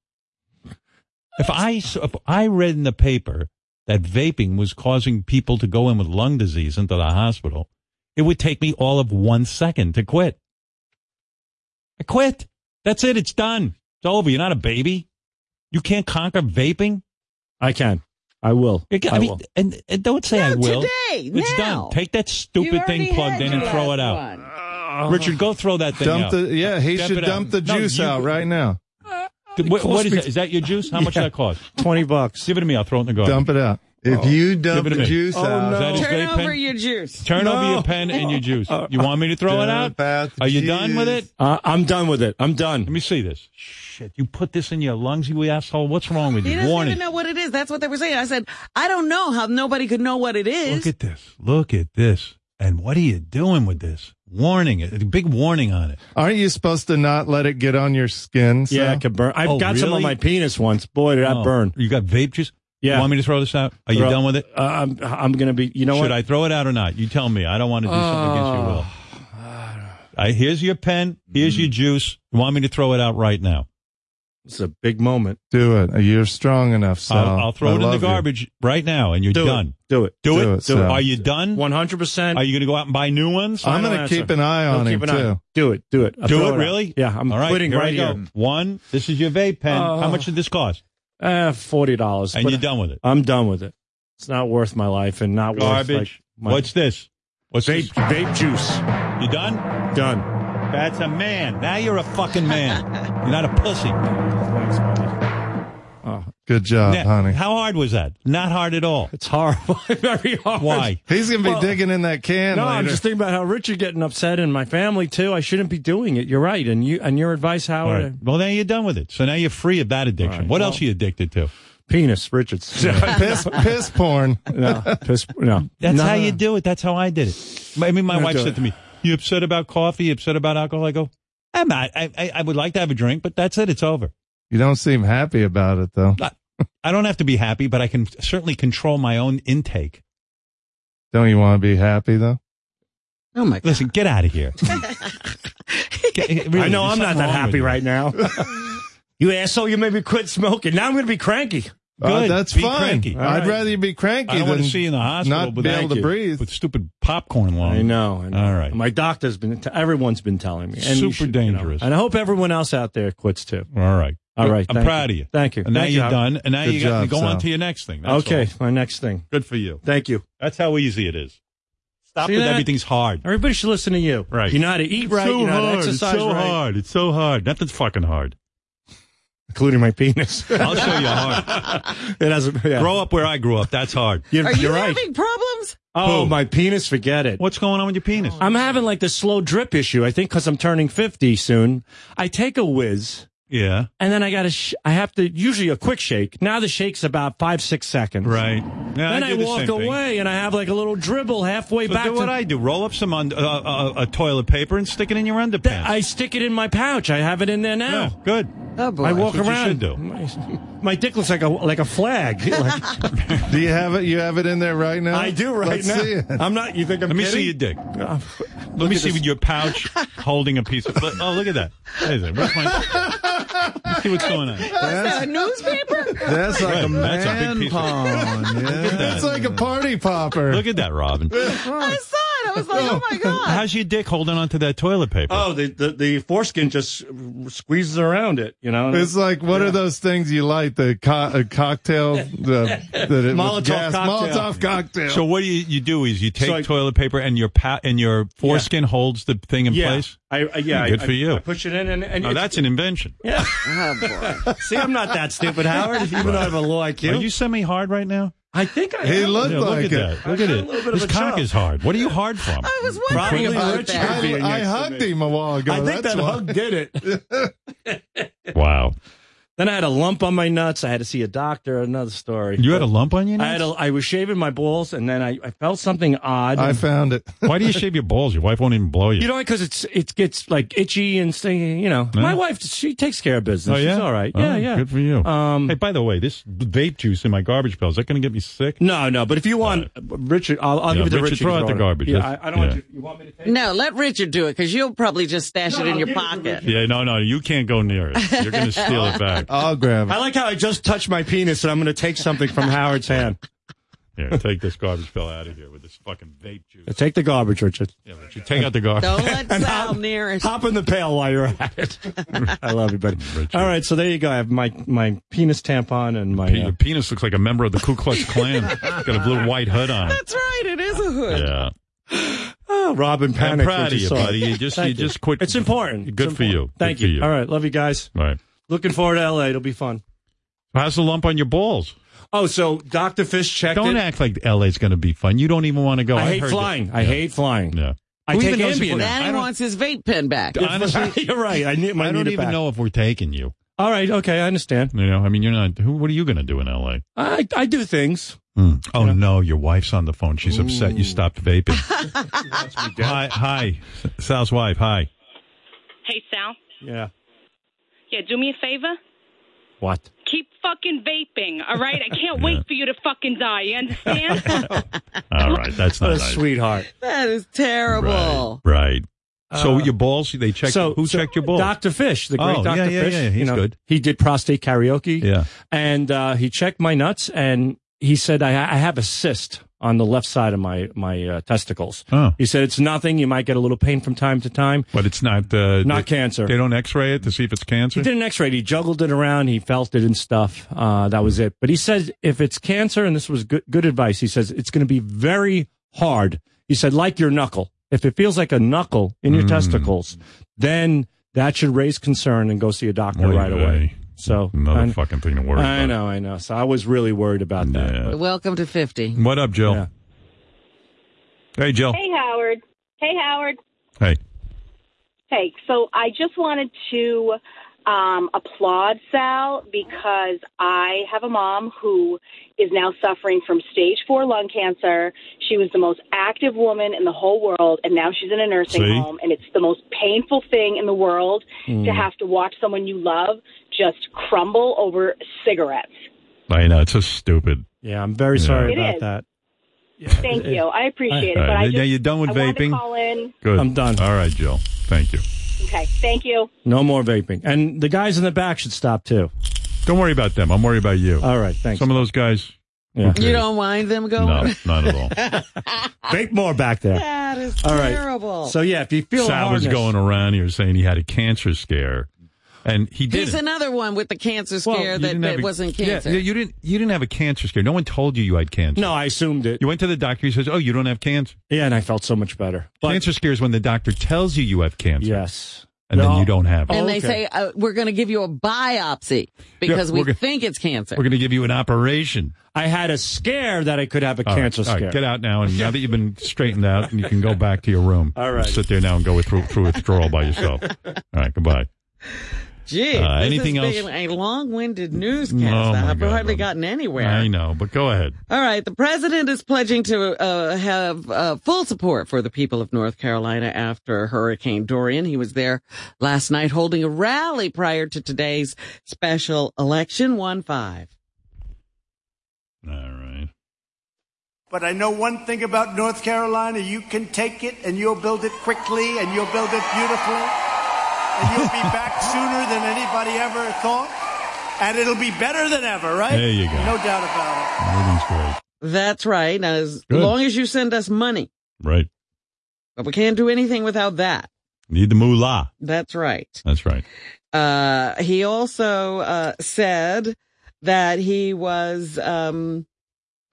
A: If I s- if I read in the paper that vaping was causing people to go in with lung disease into the hospital, it would take me all of one second to quit. I quit. That's it. It's done. It's over. You're not a baby. You can't conquer vaping.
N: I can. I will.
A: You ca-
N: I
A: I mean,
N: will.
A: and, and don't say I
B: Not
A: will.
B: today,
A: it's
B: now.
A: done. Take that
B: You
A: stupid
B: already
A: thing plugged
B: had
A: in
B: your
A: and throw
B: last
A: it out.
B: one.
A: Richard, go throw that uh, thing
O: dump
A: out.
O: the, yeah, he
A: Dump
O: should
A: it
O: dump
A: out.
O: the
A: No,
O: juice
A: you-
O: out right now.
A: What- what is
N: me-
A: that? Is that your juice? How much
N: Yeah.
A: did that cost?
N: Twenty bucks.
A: Give it to me. I'll throw it in the garbage.
O: Dump it out. If you dump
A: Oh. it to
O: the
A: me.
O: juice
N: Oh,
O: out,
N: no.
A: Is that his
B: Turn
A: vape pen?
B: over your juice.
A: Turn
N: No.
A: over your pen and your juice. You want me to throw it out?
O: Dump out the
A: Are you done with
O: juice.
A: it?
N: Uh, I'm done with it. I'm
A: Let
N: done.
A: me see this. Shit, you put this in your lungs, you asshole. What's wrong with
B: He
A: you?
B: doesn't
A: Warning.
B: even know what it is. That's what they were saying. I said, I don't know how nobody could know what it is.
A: Look at this. Look at this. And what are you doing with this? Warning. A big warning on it.
O: Aren't you supposed to not let it get on your skin? Sal?
N: Yeah, I could burn. I've
A: Oh,
N: got some on
A: really?
N: my penis once. Boy, did I
A: Oh,
N: burn.
A: You got vape juice?
N: Yeah.
A: You want me to throw this out? Are you
N: Throw-
A: done with it?
N: Uh, I'm. I'm gonna be. You know
A: Should
N: what?
A: I throw it out or not? You tell me. I don't want to do something against your will. I, here's your pen. Here's your juice. You want me to throw it out right now?
O: It's a big moment. Do it. You're strong enough, Sal.
A: I'll, I'll throw
O: I
A: it in the
O: love you.
A: garbage right now, and you're
O: Do it.
A: done.
O: Do it.
A: Do,
O: Do
A: it.
O: it, Sal.
A: Are you done?
N: One hundred percent.
A: Are you going to go out and buy new ones?
O: I'm gonna
A: Final
O: keep an eye
A: I'll
O: on
A: keep
O: him,
A: an eye.
O: too. Do it. Do it. I'll
A: Do
O: throw
A: it.
N: it out.
A: Really?
N: Yeah, I'm
A: All right,
N: quitting
A: here I
N: right
A: go.
N: here.
A: One. This is your vape pen. How
N: Oh.
A: much did this cost?
N: Uh, forty dollars.
A: And you're done with it?
N: I'm done with it. It's not worth my life and not worth like,
A: Garbage.
N: my,
A: What's this? What's
N: vape
A: this?
N: vape juice.
A: You done?
N: Done.
A: That's a man. Now you're a fucking man. you're not a pussy.
O: Oh, Good job,
A: Now,
O: honey.
A: How hard was that? Not hard at all.
N: It's horrible. Very hard.
A: Why?
O: He's gonna be
N: Well,
O: digging in that can.
N: No,
O: later.
N: I'm just thinking about how rich you're getting upset and my family too. I shouldn't be doing it. You're right. And you and your advice,
A: All
N: Howard.
A: right. Well, now you're done with it. So now you're free of that addiction.
N: All right,
A: What
N: well-
A: else are you addicted to?
N: Penis, Richards.
O: piss, piss porn.
N: no, piss, no.
A: That's
N: No,
A: how
N: no,
A: you
N: no.
A: do it. That's how I did it. I mean, my
N: No,
A: wife
N: do
A: said
N: it.
A: to me, "You upset about coffee? You upset about alcohol?" I go, "I'm not. I, I, I would like to have a drink, but that's it. It's over.
O: You don't seem happy about it, though.
A: I don't have to be happy, but I can certainly control my own intake."
O: Don't you want to be happy though?
B: Oh my!
A: Listen, get out of here. Get- really,
N: I know
A: there's
N: I'm not
A: something
N: that
A: wrong with
N: happy
A: you.
N: right now. you asshole, you made me quit smoking. Now I'm going to be cranky.
O: Uh,
A: Good.
O: that's
A: Be
O: fine.
A: cranky.
O: I'd
N: All right.
O: rather you be cranky
A: I don't
O: than
A: want to see you in the hospital,
O: not
A: but
O: be able to breathe.
A: with stupid popcorn lung.
N: I know. I know.
A: All right.
N: My doctor's been, t- everyone's been telling me. And you
A: Super
N: should, you know.
A: dangerous.
N: and I hope everyone else out there quits too.
A: All right.
N: All right.
A: I'm
N: thank
A: proud of you.
N: Thank you.
A: And now
N: Thank
A: you're
N: Howard.
A: done. And now
O: Good
A: you got to
O: job,
A: go on
O: Sal.
A: to your next thing. That's
N: okay.
A: all.
N: My next thing.
A: Good for you.
N: Thank you.
A: That's how easy it is. Stop
N: See
A: with
N: that?
A: everything's hard.
N: Everybody should listen to you.
A: Right.
N: You know how to eat right. you know how to exercise right.
A: hard. It's so hard. Nothing's fucking hard.
N: Including my penis.
A: I'll show you hard.
N: it hasn't. Yeah.
A: Grow up where I grew up. That's hard.
N: You're,
B: Are you
N: you're right.
B: having problems?
N: Oh,
A: Who?
N: my Oh. penis. Forget it.
A: What's going on with your penis?
N: I'm having like the slow drip issue. I think because I'm turning 50 soon. I take a whiz
A: Yeah.
N: and then I got to, sh- I have to, usually a quick shake. Now the shake's about five, six seconds.
A: Right. Yeah,
N: Then I,
A: do the
N: walk
A: same thing.
N: away and I have like a little dribble halfway
A: So
N: back.
A: do what
N: to-
A: I do. Roll up some un- uh, uh, uh, toilet paper and stick it in your underpants.
N: Th- I stick it in my pouch. I have it in there now.
A: yeah, good.
B: Oh boy!
N: I walk
A: what you
N: around.
A: should do.
N: My, my dick looks like a like a flag. Like-
O: Do you have it? You have it in there right now.
N: I do right
O: Let's
N: now.
O: See it.
N: I'm not. You think I'm
A: Let me
N: kidding?
A: see your dick.
N: Uh,
A: Let me see with your pouch holding a piece of. Oh, look at that. There's it. Where's my? Let's see what's going on.
B: A newspaper?
O: That's like a
A: Right, that's a big
O: man
A: piece of-
O: pond. Yeah. That's like a party popper.
A: Look at that, Robin.
B: I saw it. I was like, oh my god!
A: How's your dick holding onto that toilet paper?
N: oh, the, the the foreskin just squeezes around it. You know,
O: It's like what are those things you light? The co- uh, cocktail, the, the with
N: Molotov
O: gas,
N: cocktail.
O: Molotov cocktail.
A: So what do you, you do is you take
N: So I-
A: toilet paper and your pa- and your foreskin holds the thing in
N: yeah.
A: place.
N: I, I yeah.
A: Good
N: I,
A: for you.
N: I push Oh, it in and, and
A: Now
N: it's-
A: that's an invention.
N: yeah.
B: Oh boy!
N: See, I'm not that stupid, Howard. Even though I have a low
A: Are
N: IQ,
A: you semi hard right now?
N: I think I
O: He
N: am.
O: looked
A: Yeah, look
O: like
A: at
O: it.
A: that. Look
N: I
A: at
N: got a
A: it.
N: little bit
A: His
N: of a
A: cock
N: chub.
A: is hard. What are you hard from?
B: I was
N: Probably
B: wondering about
N: Richard
B: that.
N: being
O: I, I
N: next to
O: hugged
N: me.
O: him a while ago.
N: I think
O: That's
N: that
O: why.
N: hug did it.
A: wow.
N: then I had a lump on my nuts. I had to see a doctor. Another story.
A: You had a lump on your
N: I had
A: nuts?
N: a, I was shaving my balls and then I, I felt something odd.
O: I found it.
A: Why do you shave your balls? Your wife won't even blow you.
N: you know, because it's it gets like itchy and stinging. You know, my wife she takes care of business.
A: oh, yeah?
N: She's all right.
A: Oh,
N: yeah, yeah.
A: Good for you.
N: Um,
A: hey, by the way, this vape juice in my garbage bill, is that going to get me sick?
N: no, no. But if you want uh, Richard, I'll, I'll
A: Yeah,
N: give it to
A: Richard,
N: Richard.
A: throw
N: to
A: out the
N: it.
A: garbage.
N: Yeah,
A: That's-
N: I, I don't want
A: yeah.
N: you. You want me to take? it?
B: No, let Richard do it because you'll probably just stash it in your
N: give it to
B: pocket.
A: Yeah, no, no, you can't go near it. You're going to steal it back.
O: I'll grab
N: I
O: it.
N: like how I just touched my penis and I'm going to take something from Howard's hand.
A: Here, take this garbage bill out of here with this fucking vape juice.
N: Take the garbage, Richard.
A: Yeah, but you take out the garbage.
B: Don't let Sal near it.
N: Hop in the pail while you're at it. I love you, buddy.
A: Richard.
N: All right, so there you go. I have my my penis tampon and my.
A: Your
N: uh,
A: penis looks like a member of the Ku Klux Klan. Got a blue white hood on it.
B: That's right. It is a hood.
A: Yeah.
N: oh, Robin
A: I'm
N: panicked.
A: proud
N: when
A: of
N: she
A: you,
N: saw it.
A: buddy. You just-
N: Thank
A: you just quit-
N: It's important.
A: Good
N: It's
A: for you.
N: important. Thank
A: Good for
N: you.
A: you.
N: All right, love you guys.
A: All right.
N: Looking forward to LA. It'll be fun.
A: How's the lump on your balls?
N: Oh, so Dr. Fish checked
A: Don't
N: it.
A: act like LA's going to be fun. You don't even want to go.
N: I,
A: I've
N: hate
A: heard
N: flying.
A: that.
N: I
A: Yeah.
N: hate flying.
A: Yeah.
N: I
A: Who
N: take
A: even knows if
N: Ambien.
A: we're-
N: now.
B: And
A: I
B: he
A: don't-
B: wants his vape pen back.
A: Honestly,
N: You're right. I need my
A: I don't even know if we're taking you.
N: All right. Okay. I understand.
A: You know, I mean, you're not. Who? What are you going to do in LA?
N: I, I do things.
A: Oh no, your wife's on the phone. She's upset you stopped vaping. hi, hi, Sal's wife. Hi.
P: Hey, Sal.
N: Yeah.
P: Yeah, do me a favor.
N: What?
P: Keep fucking vaping, all right? I can't
A: Yeah.
P: wait for you to fucking die. You understand?
A: All right, that's
N: What
A: not
N: a
A: nice.
N: sweetheart.
B: That is terrible.
A: Right, right. So your balls, they checked.
N: Uh, so-
A: who
N: so
A: checked your balls?
N: Dr. Fish, the great
A: Oh,
N: Dr.
A: yeah, yeah,
N: Fish.
A: yeah, he's
N: you know,
A: good.
N: He did prostate karaoke.
A: Yeah.
N: And uh, he checked my nuts and he said, I, I have a cyst on the left side of my, my uh, testicles.
A: Oh.
N: He said, it's nothing. You might get a little pain from time to time.
A: But it's not uh,
N: Not
A: they-
N: cancer.
A: They don't X-ray it to see if it's
N: He
A: cancer.
N: did an x-ray. He juggled it around. He felt it and stuff. Uh, that was it. But he says if it's cancer, and this was good, good advice, he says it's going to be very hard. He said, like your knuckle. If it feels like a knuckle in
A: Mm.
N: your testicles, then that should raise concern and go see a doctor
A: Oy
N: right
A: vey.
N: away. So
A: Another
N: I-
A: fucking thing to worry
N: I
A: about.
N: know, I know. So I was really worried about that.
A: Yeah.
B: Welcome to 50.
A: What up, Jill? Hey, Jill.
Q: Hey, Howard. Hey, Howard.
A: Hey.
Q: Hey, so I just wanted to um, applaud Sal because I have a mom who is now suffering from stage four lung cancer. She was the most active woman in the whole world, and now she's in a nursing
R: See?
Q: home, and it's the most painful thing in the world
A: Mm.
Q: to have to watch someone you love just crumble over cigarettes.
A: I know it's so stupid.
N: Yeah, I'm very
Q: sorry It about is. that. Thank you. I appreciate it. But I just,
A: now you're done with
Q: I wanted to
A: vaping.
Q: call in.
A: Good. I'm done. All right, Jill. Thank you.
Q: Okay, thank you.
N: No more vaping. And the guys in the back should stop too.
A: Don't worry about them. I'm worried about you.
N: All right, thanks.
A: Some of those guys.
B: You don't mind them going?
A: No, not at all.
N: Vape more back there.
B: That is
N: All right.
B: terrible.
N: So yeah, if you feel
A: Sal was
N: hardness-
A: going around here saying he had a cancer scare, and he didn't.
B: He's another one with the cancer
A: Well,
B: scare
A: you
B: that,
A: didn't have
B: that
A: a-
B: wasn't
A: Yeah,
B: cancer.
A: Yeah, you didn't. You didn't have a cancer scare. No one told you you had cancer.
N: No, I assumed it.
A: You went to the doctor. He says, "Oh, you don't have cancer."
N: Yeah, and I felt so much better.
A: cancer scare is when the doctor tells you you have cancer.
N: Yes,
A: and
N: No.
A: then you don't have it.
B: and they say, uh, we're going to give you a biopsy because
A: Yeah,
B: we
A: we're gonna-
B: think it's cancer.
A: "We're going to give you an operation."
N: I had a scare that I could have a
A: All right,
N: cancer
A: all right,
N: scare.
A: get out now, and now that you've been straightened out, and you can go back to your room.
N: All right.
A: sit there now and go through through withdrawal by yourself. All right, goodbye.
B: Gee,
A: Uh,
B: this
A: anything
B: has
A: else?
B: been a long-winded newscast.
A: Oh, my
B: I've
A: God,
B: hardly
A: Robin.
B: gotten anywhere.
A: I know, but go ahead.
B: All right, the president is pledging to uh, have uh, full support for the people of North Carolina after Hurricane Dorian. He was there last night holding a rally prior to today's special election. One five.
A: All right.
S: But I know one thing about North Carolina you can take it and you'll build it quickly and you'll build it beautifully. And you'll be back sooner than anybody ever thought. And it'll be better than ever, right?
A: There you go.
S: No doubt about
A: Everything's great.
B: That's right. Now, as
A: Good.
B: long as you send us money,
A: Right.
B: but we can't do anything without that.
A: Need the moolah.
B: That's right.
A: That's right.
B: Uh, he also uh, said that he was um,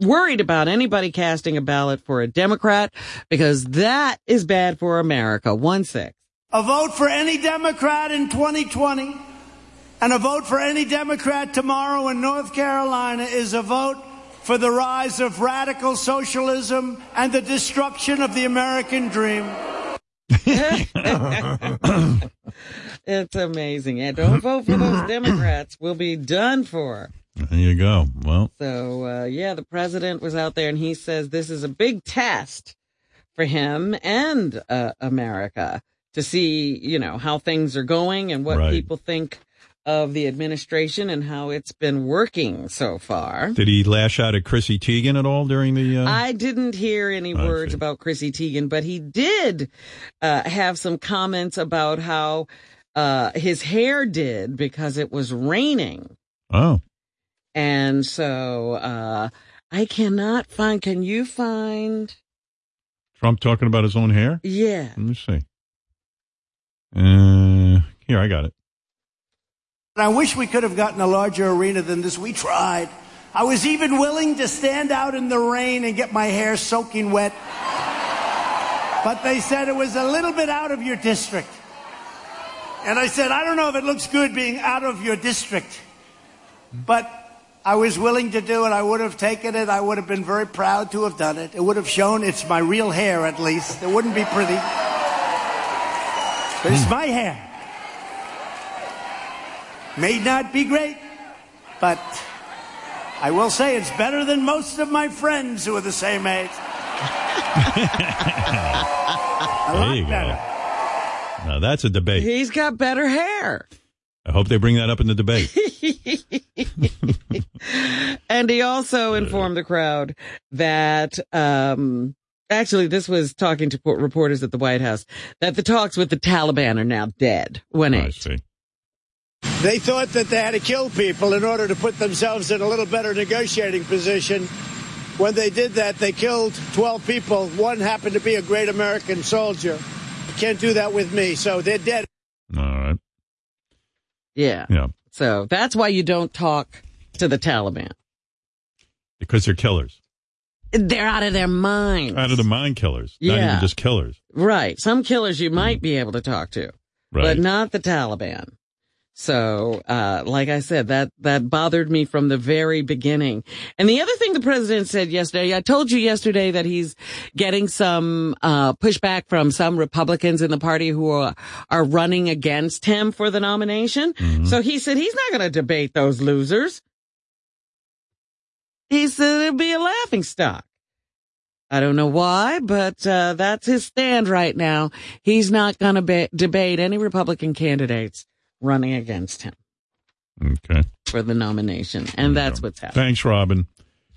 B: worried about anybody casting a ballot for a Democrat because that is bad for America. One six.
S: it. A vote for any Democrat in 2020 and a vote for any Democrat tomorrow in North Carolina is a vote for the rise of radical socialism and the destruction of the American dream.
B: It's amazing. And don't vote for those Democrats. We'll be done for.
A: There you go. Well,
B: So, uh, yeah, the president was out there and he says this is a big test for him and uh, America to see, you know, how things are going and what
A: Right.
B: people think of the administration and how it's been working so far.
A: did he lash out at Chrissy Teigen at all during the? Uh...
B: I didn't hear any
A: I
B: words
A: see.
B: about Chrissy Teigen, but he did uh, have some comments about how uh, his hair did because it was raining.
A: oh,
B: And so uh, I cannot find. Can you find?
A: Trump talking about his own hair.
B: Yeah.
A: Let me see. Uh, here I got it.
S: And I wish we could have gotten a larger arena than this. We tried. I was even willing to stand out in the rain and get my hair soaking wet. But they said it was a little bit out of your district. And I said, I don't know if it looks good being out of your district. But I was willing to do it. I would have taken it. I would have been very proud to have done it. It would have shown it's my real hair, at least. It wouldn't be pretty. But it's my hair. May not be great, but I will say it's better than most of my friends who are the same age.
A: There you go. Now that's a debate.
B: He's got better hair.
A: I hope they bring that up in the debate.
B: and he also informed the crowd that um, Actually, this was talking to po- reporters at the White House that the talks with the Taliban are now dead. One eight.
S: They thought that they had to kill people in order to put themselves in a little better negotiating position. When they did that, they killed 12 people. One happened to be a great American soldier. You can't do that with me, so they're dead.
A: All right.
B: Yeah.
A: Yeah.
B: So that's why you don't talk to the Taliban.
A: Because they're killers.
B: They're out of their mind.
A: Out of the mind killers. Not
B: Yeah.
A: even just killers.
B: Right. Some killers you might be able to talk to,
A: Right.
B: but not the Taliban. So, uh, like I said, that, that bothered me from the very beginning. And the other thing the president said yesterday, I told you yesterday that he's getting some, uh, pushback from some Republicans in the party who are, are running against him for the nomination. So he said he's not going to debate those losers. He said it'd be a laughing stock. I don't know why, but uh, that's his stand right now. He's not going to be- debate any Republican candidates running against him
A: Okay.
B: for the nomination, and that's what's happening.
A: Thanks, Robin.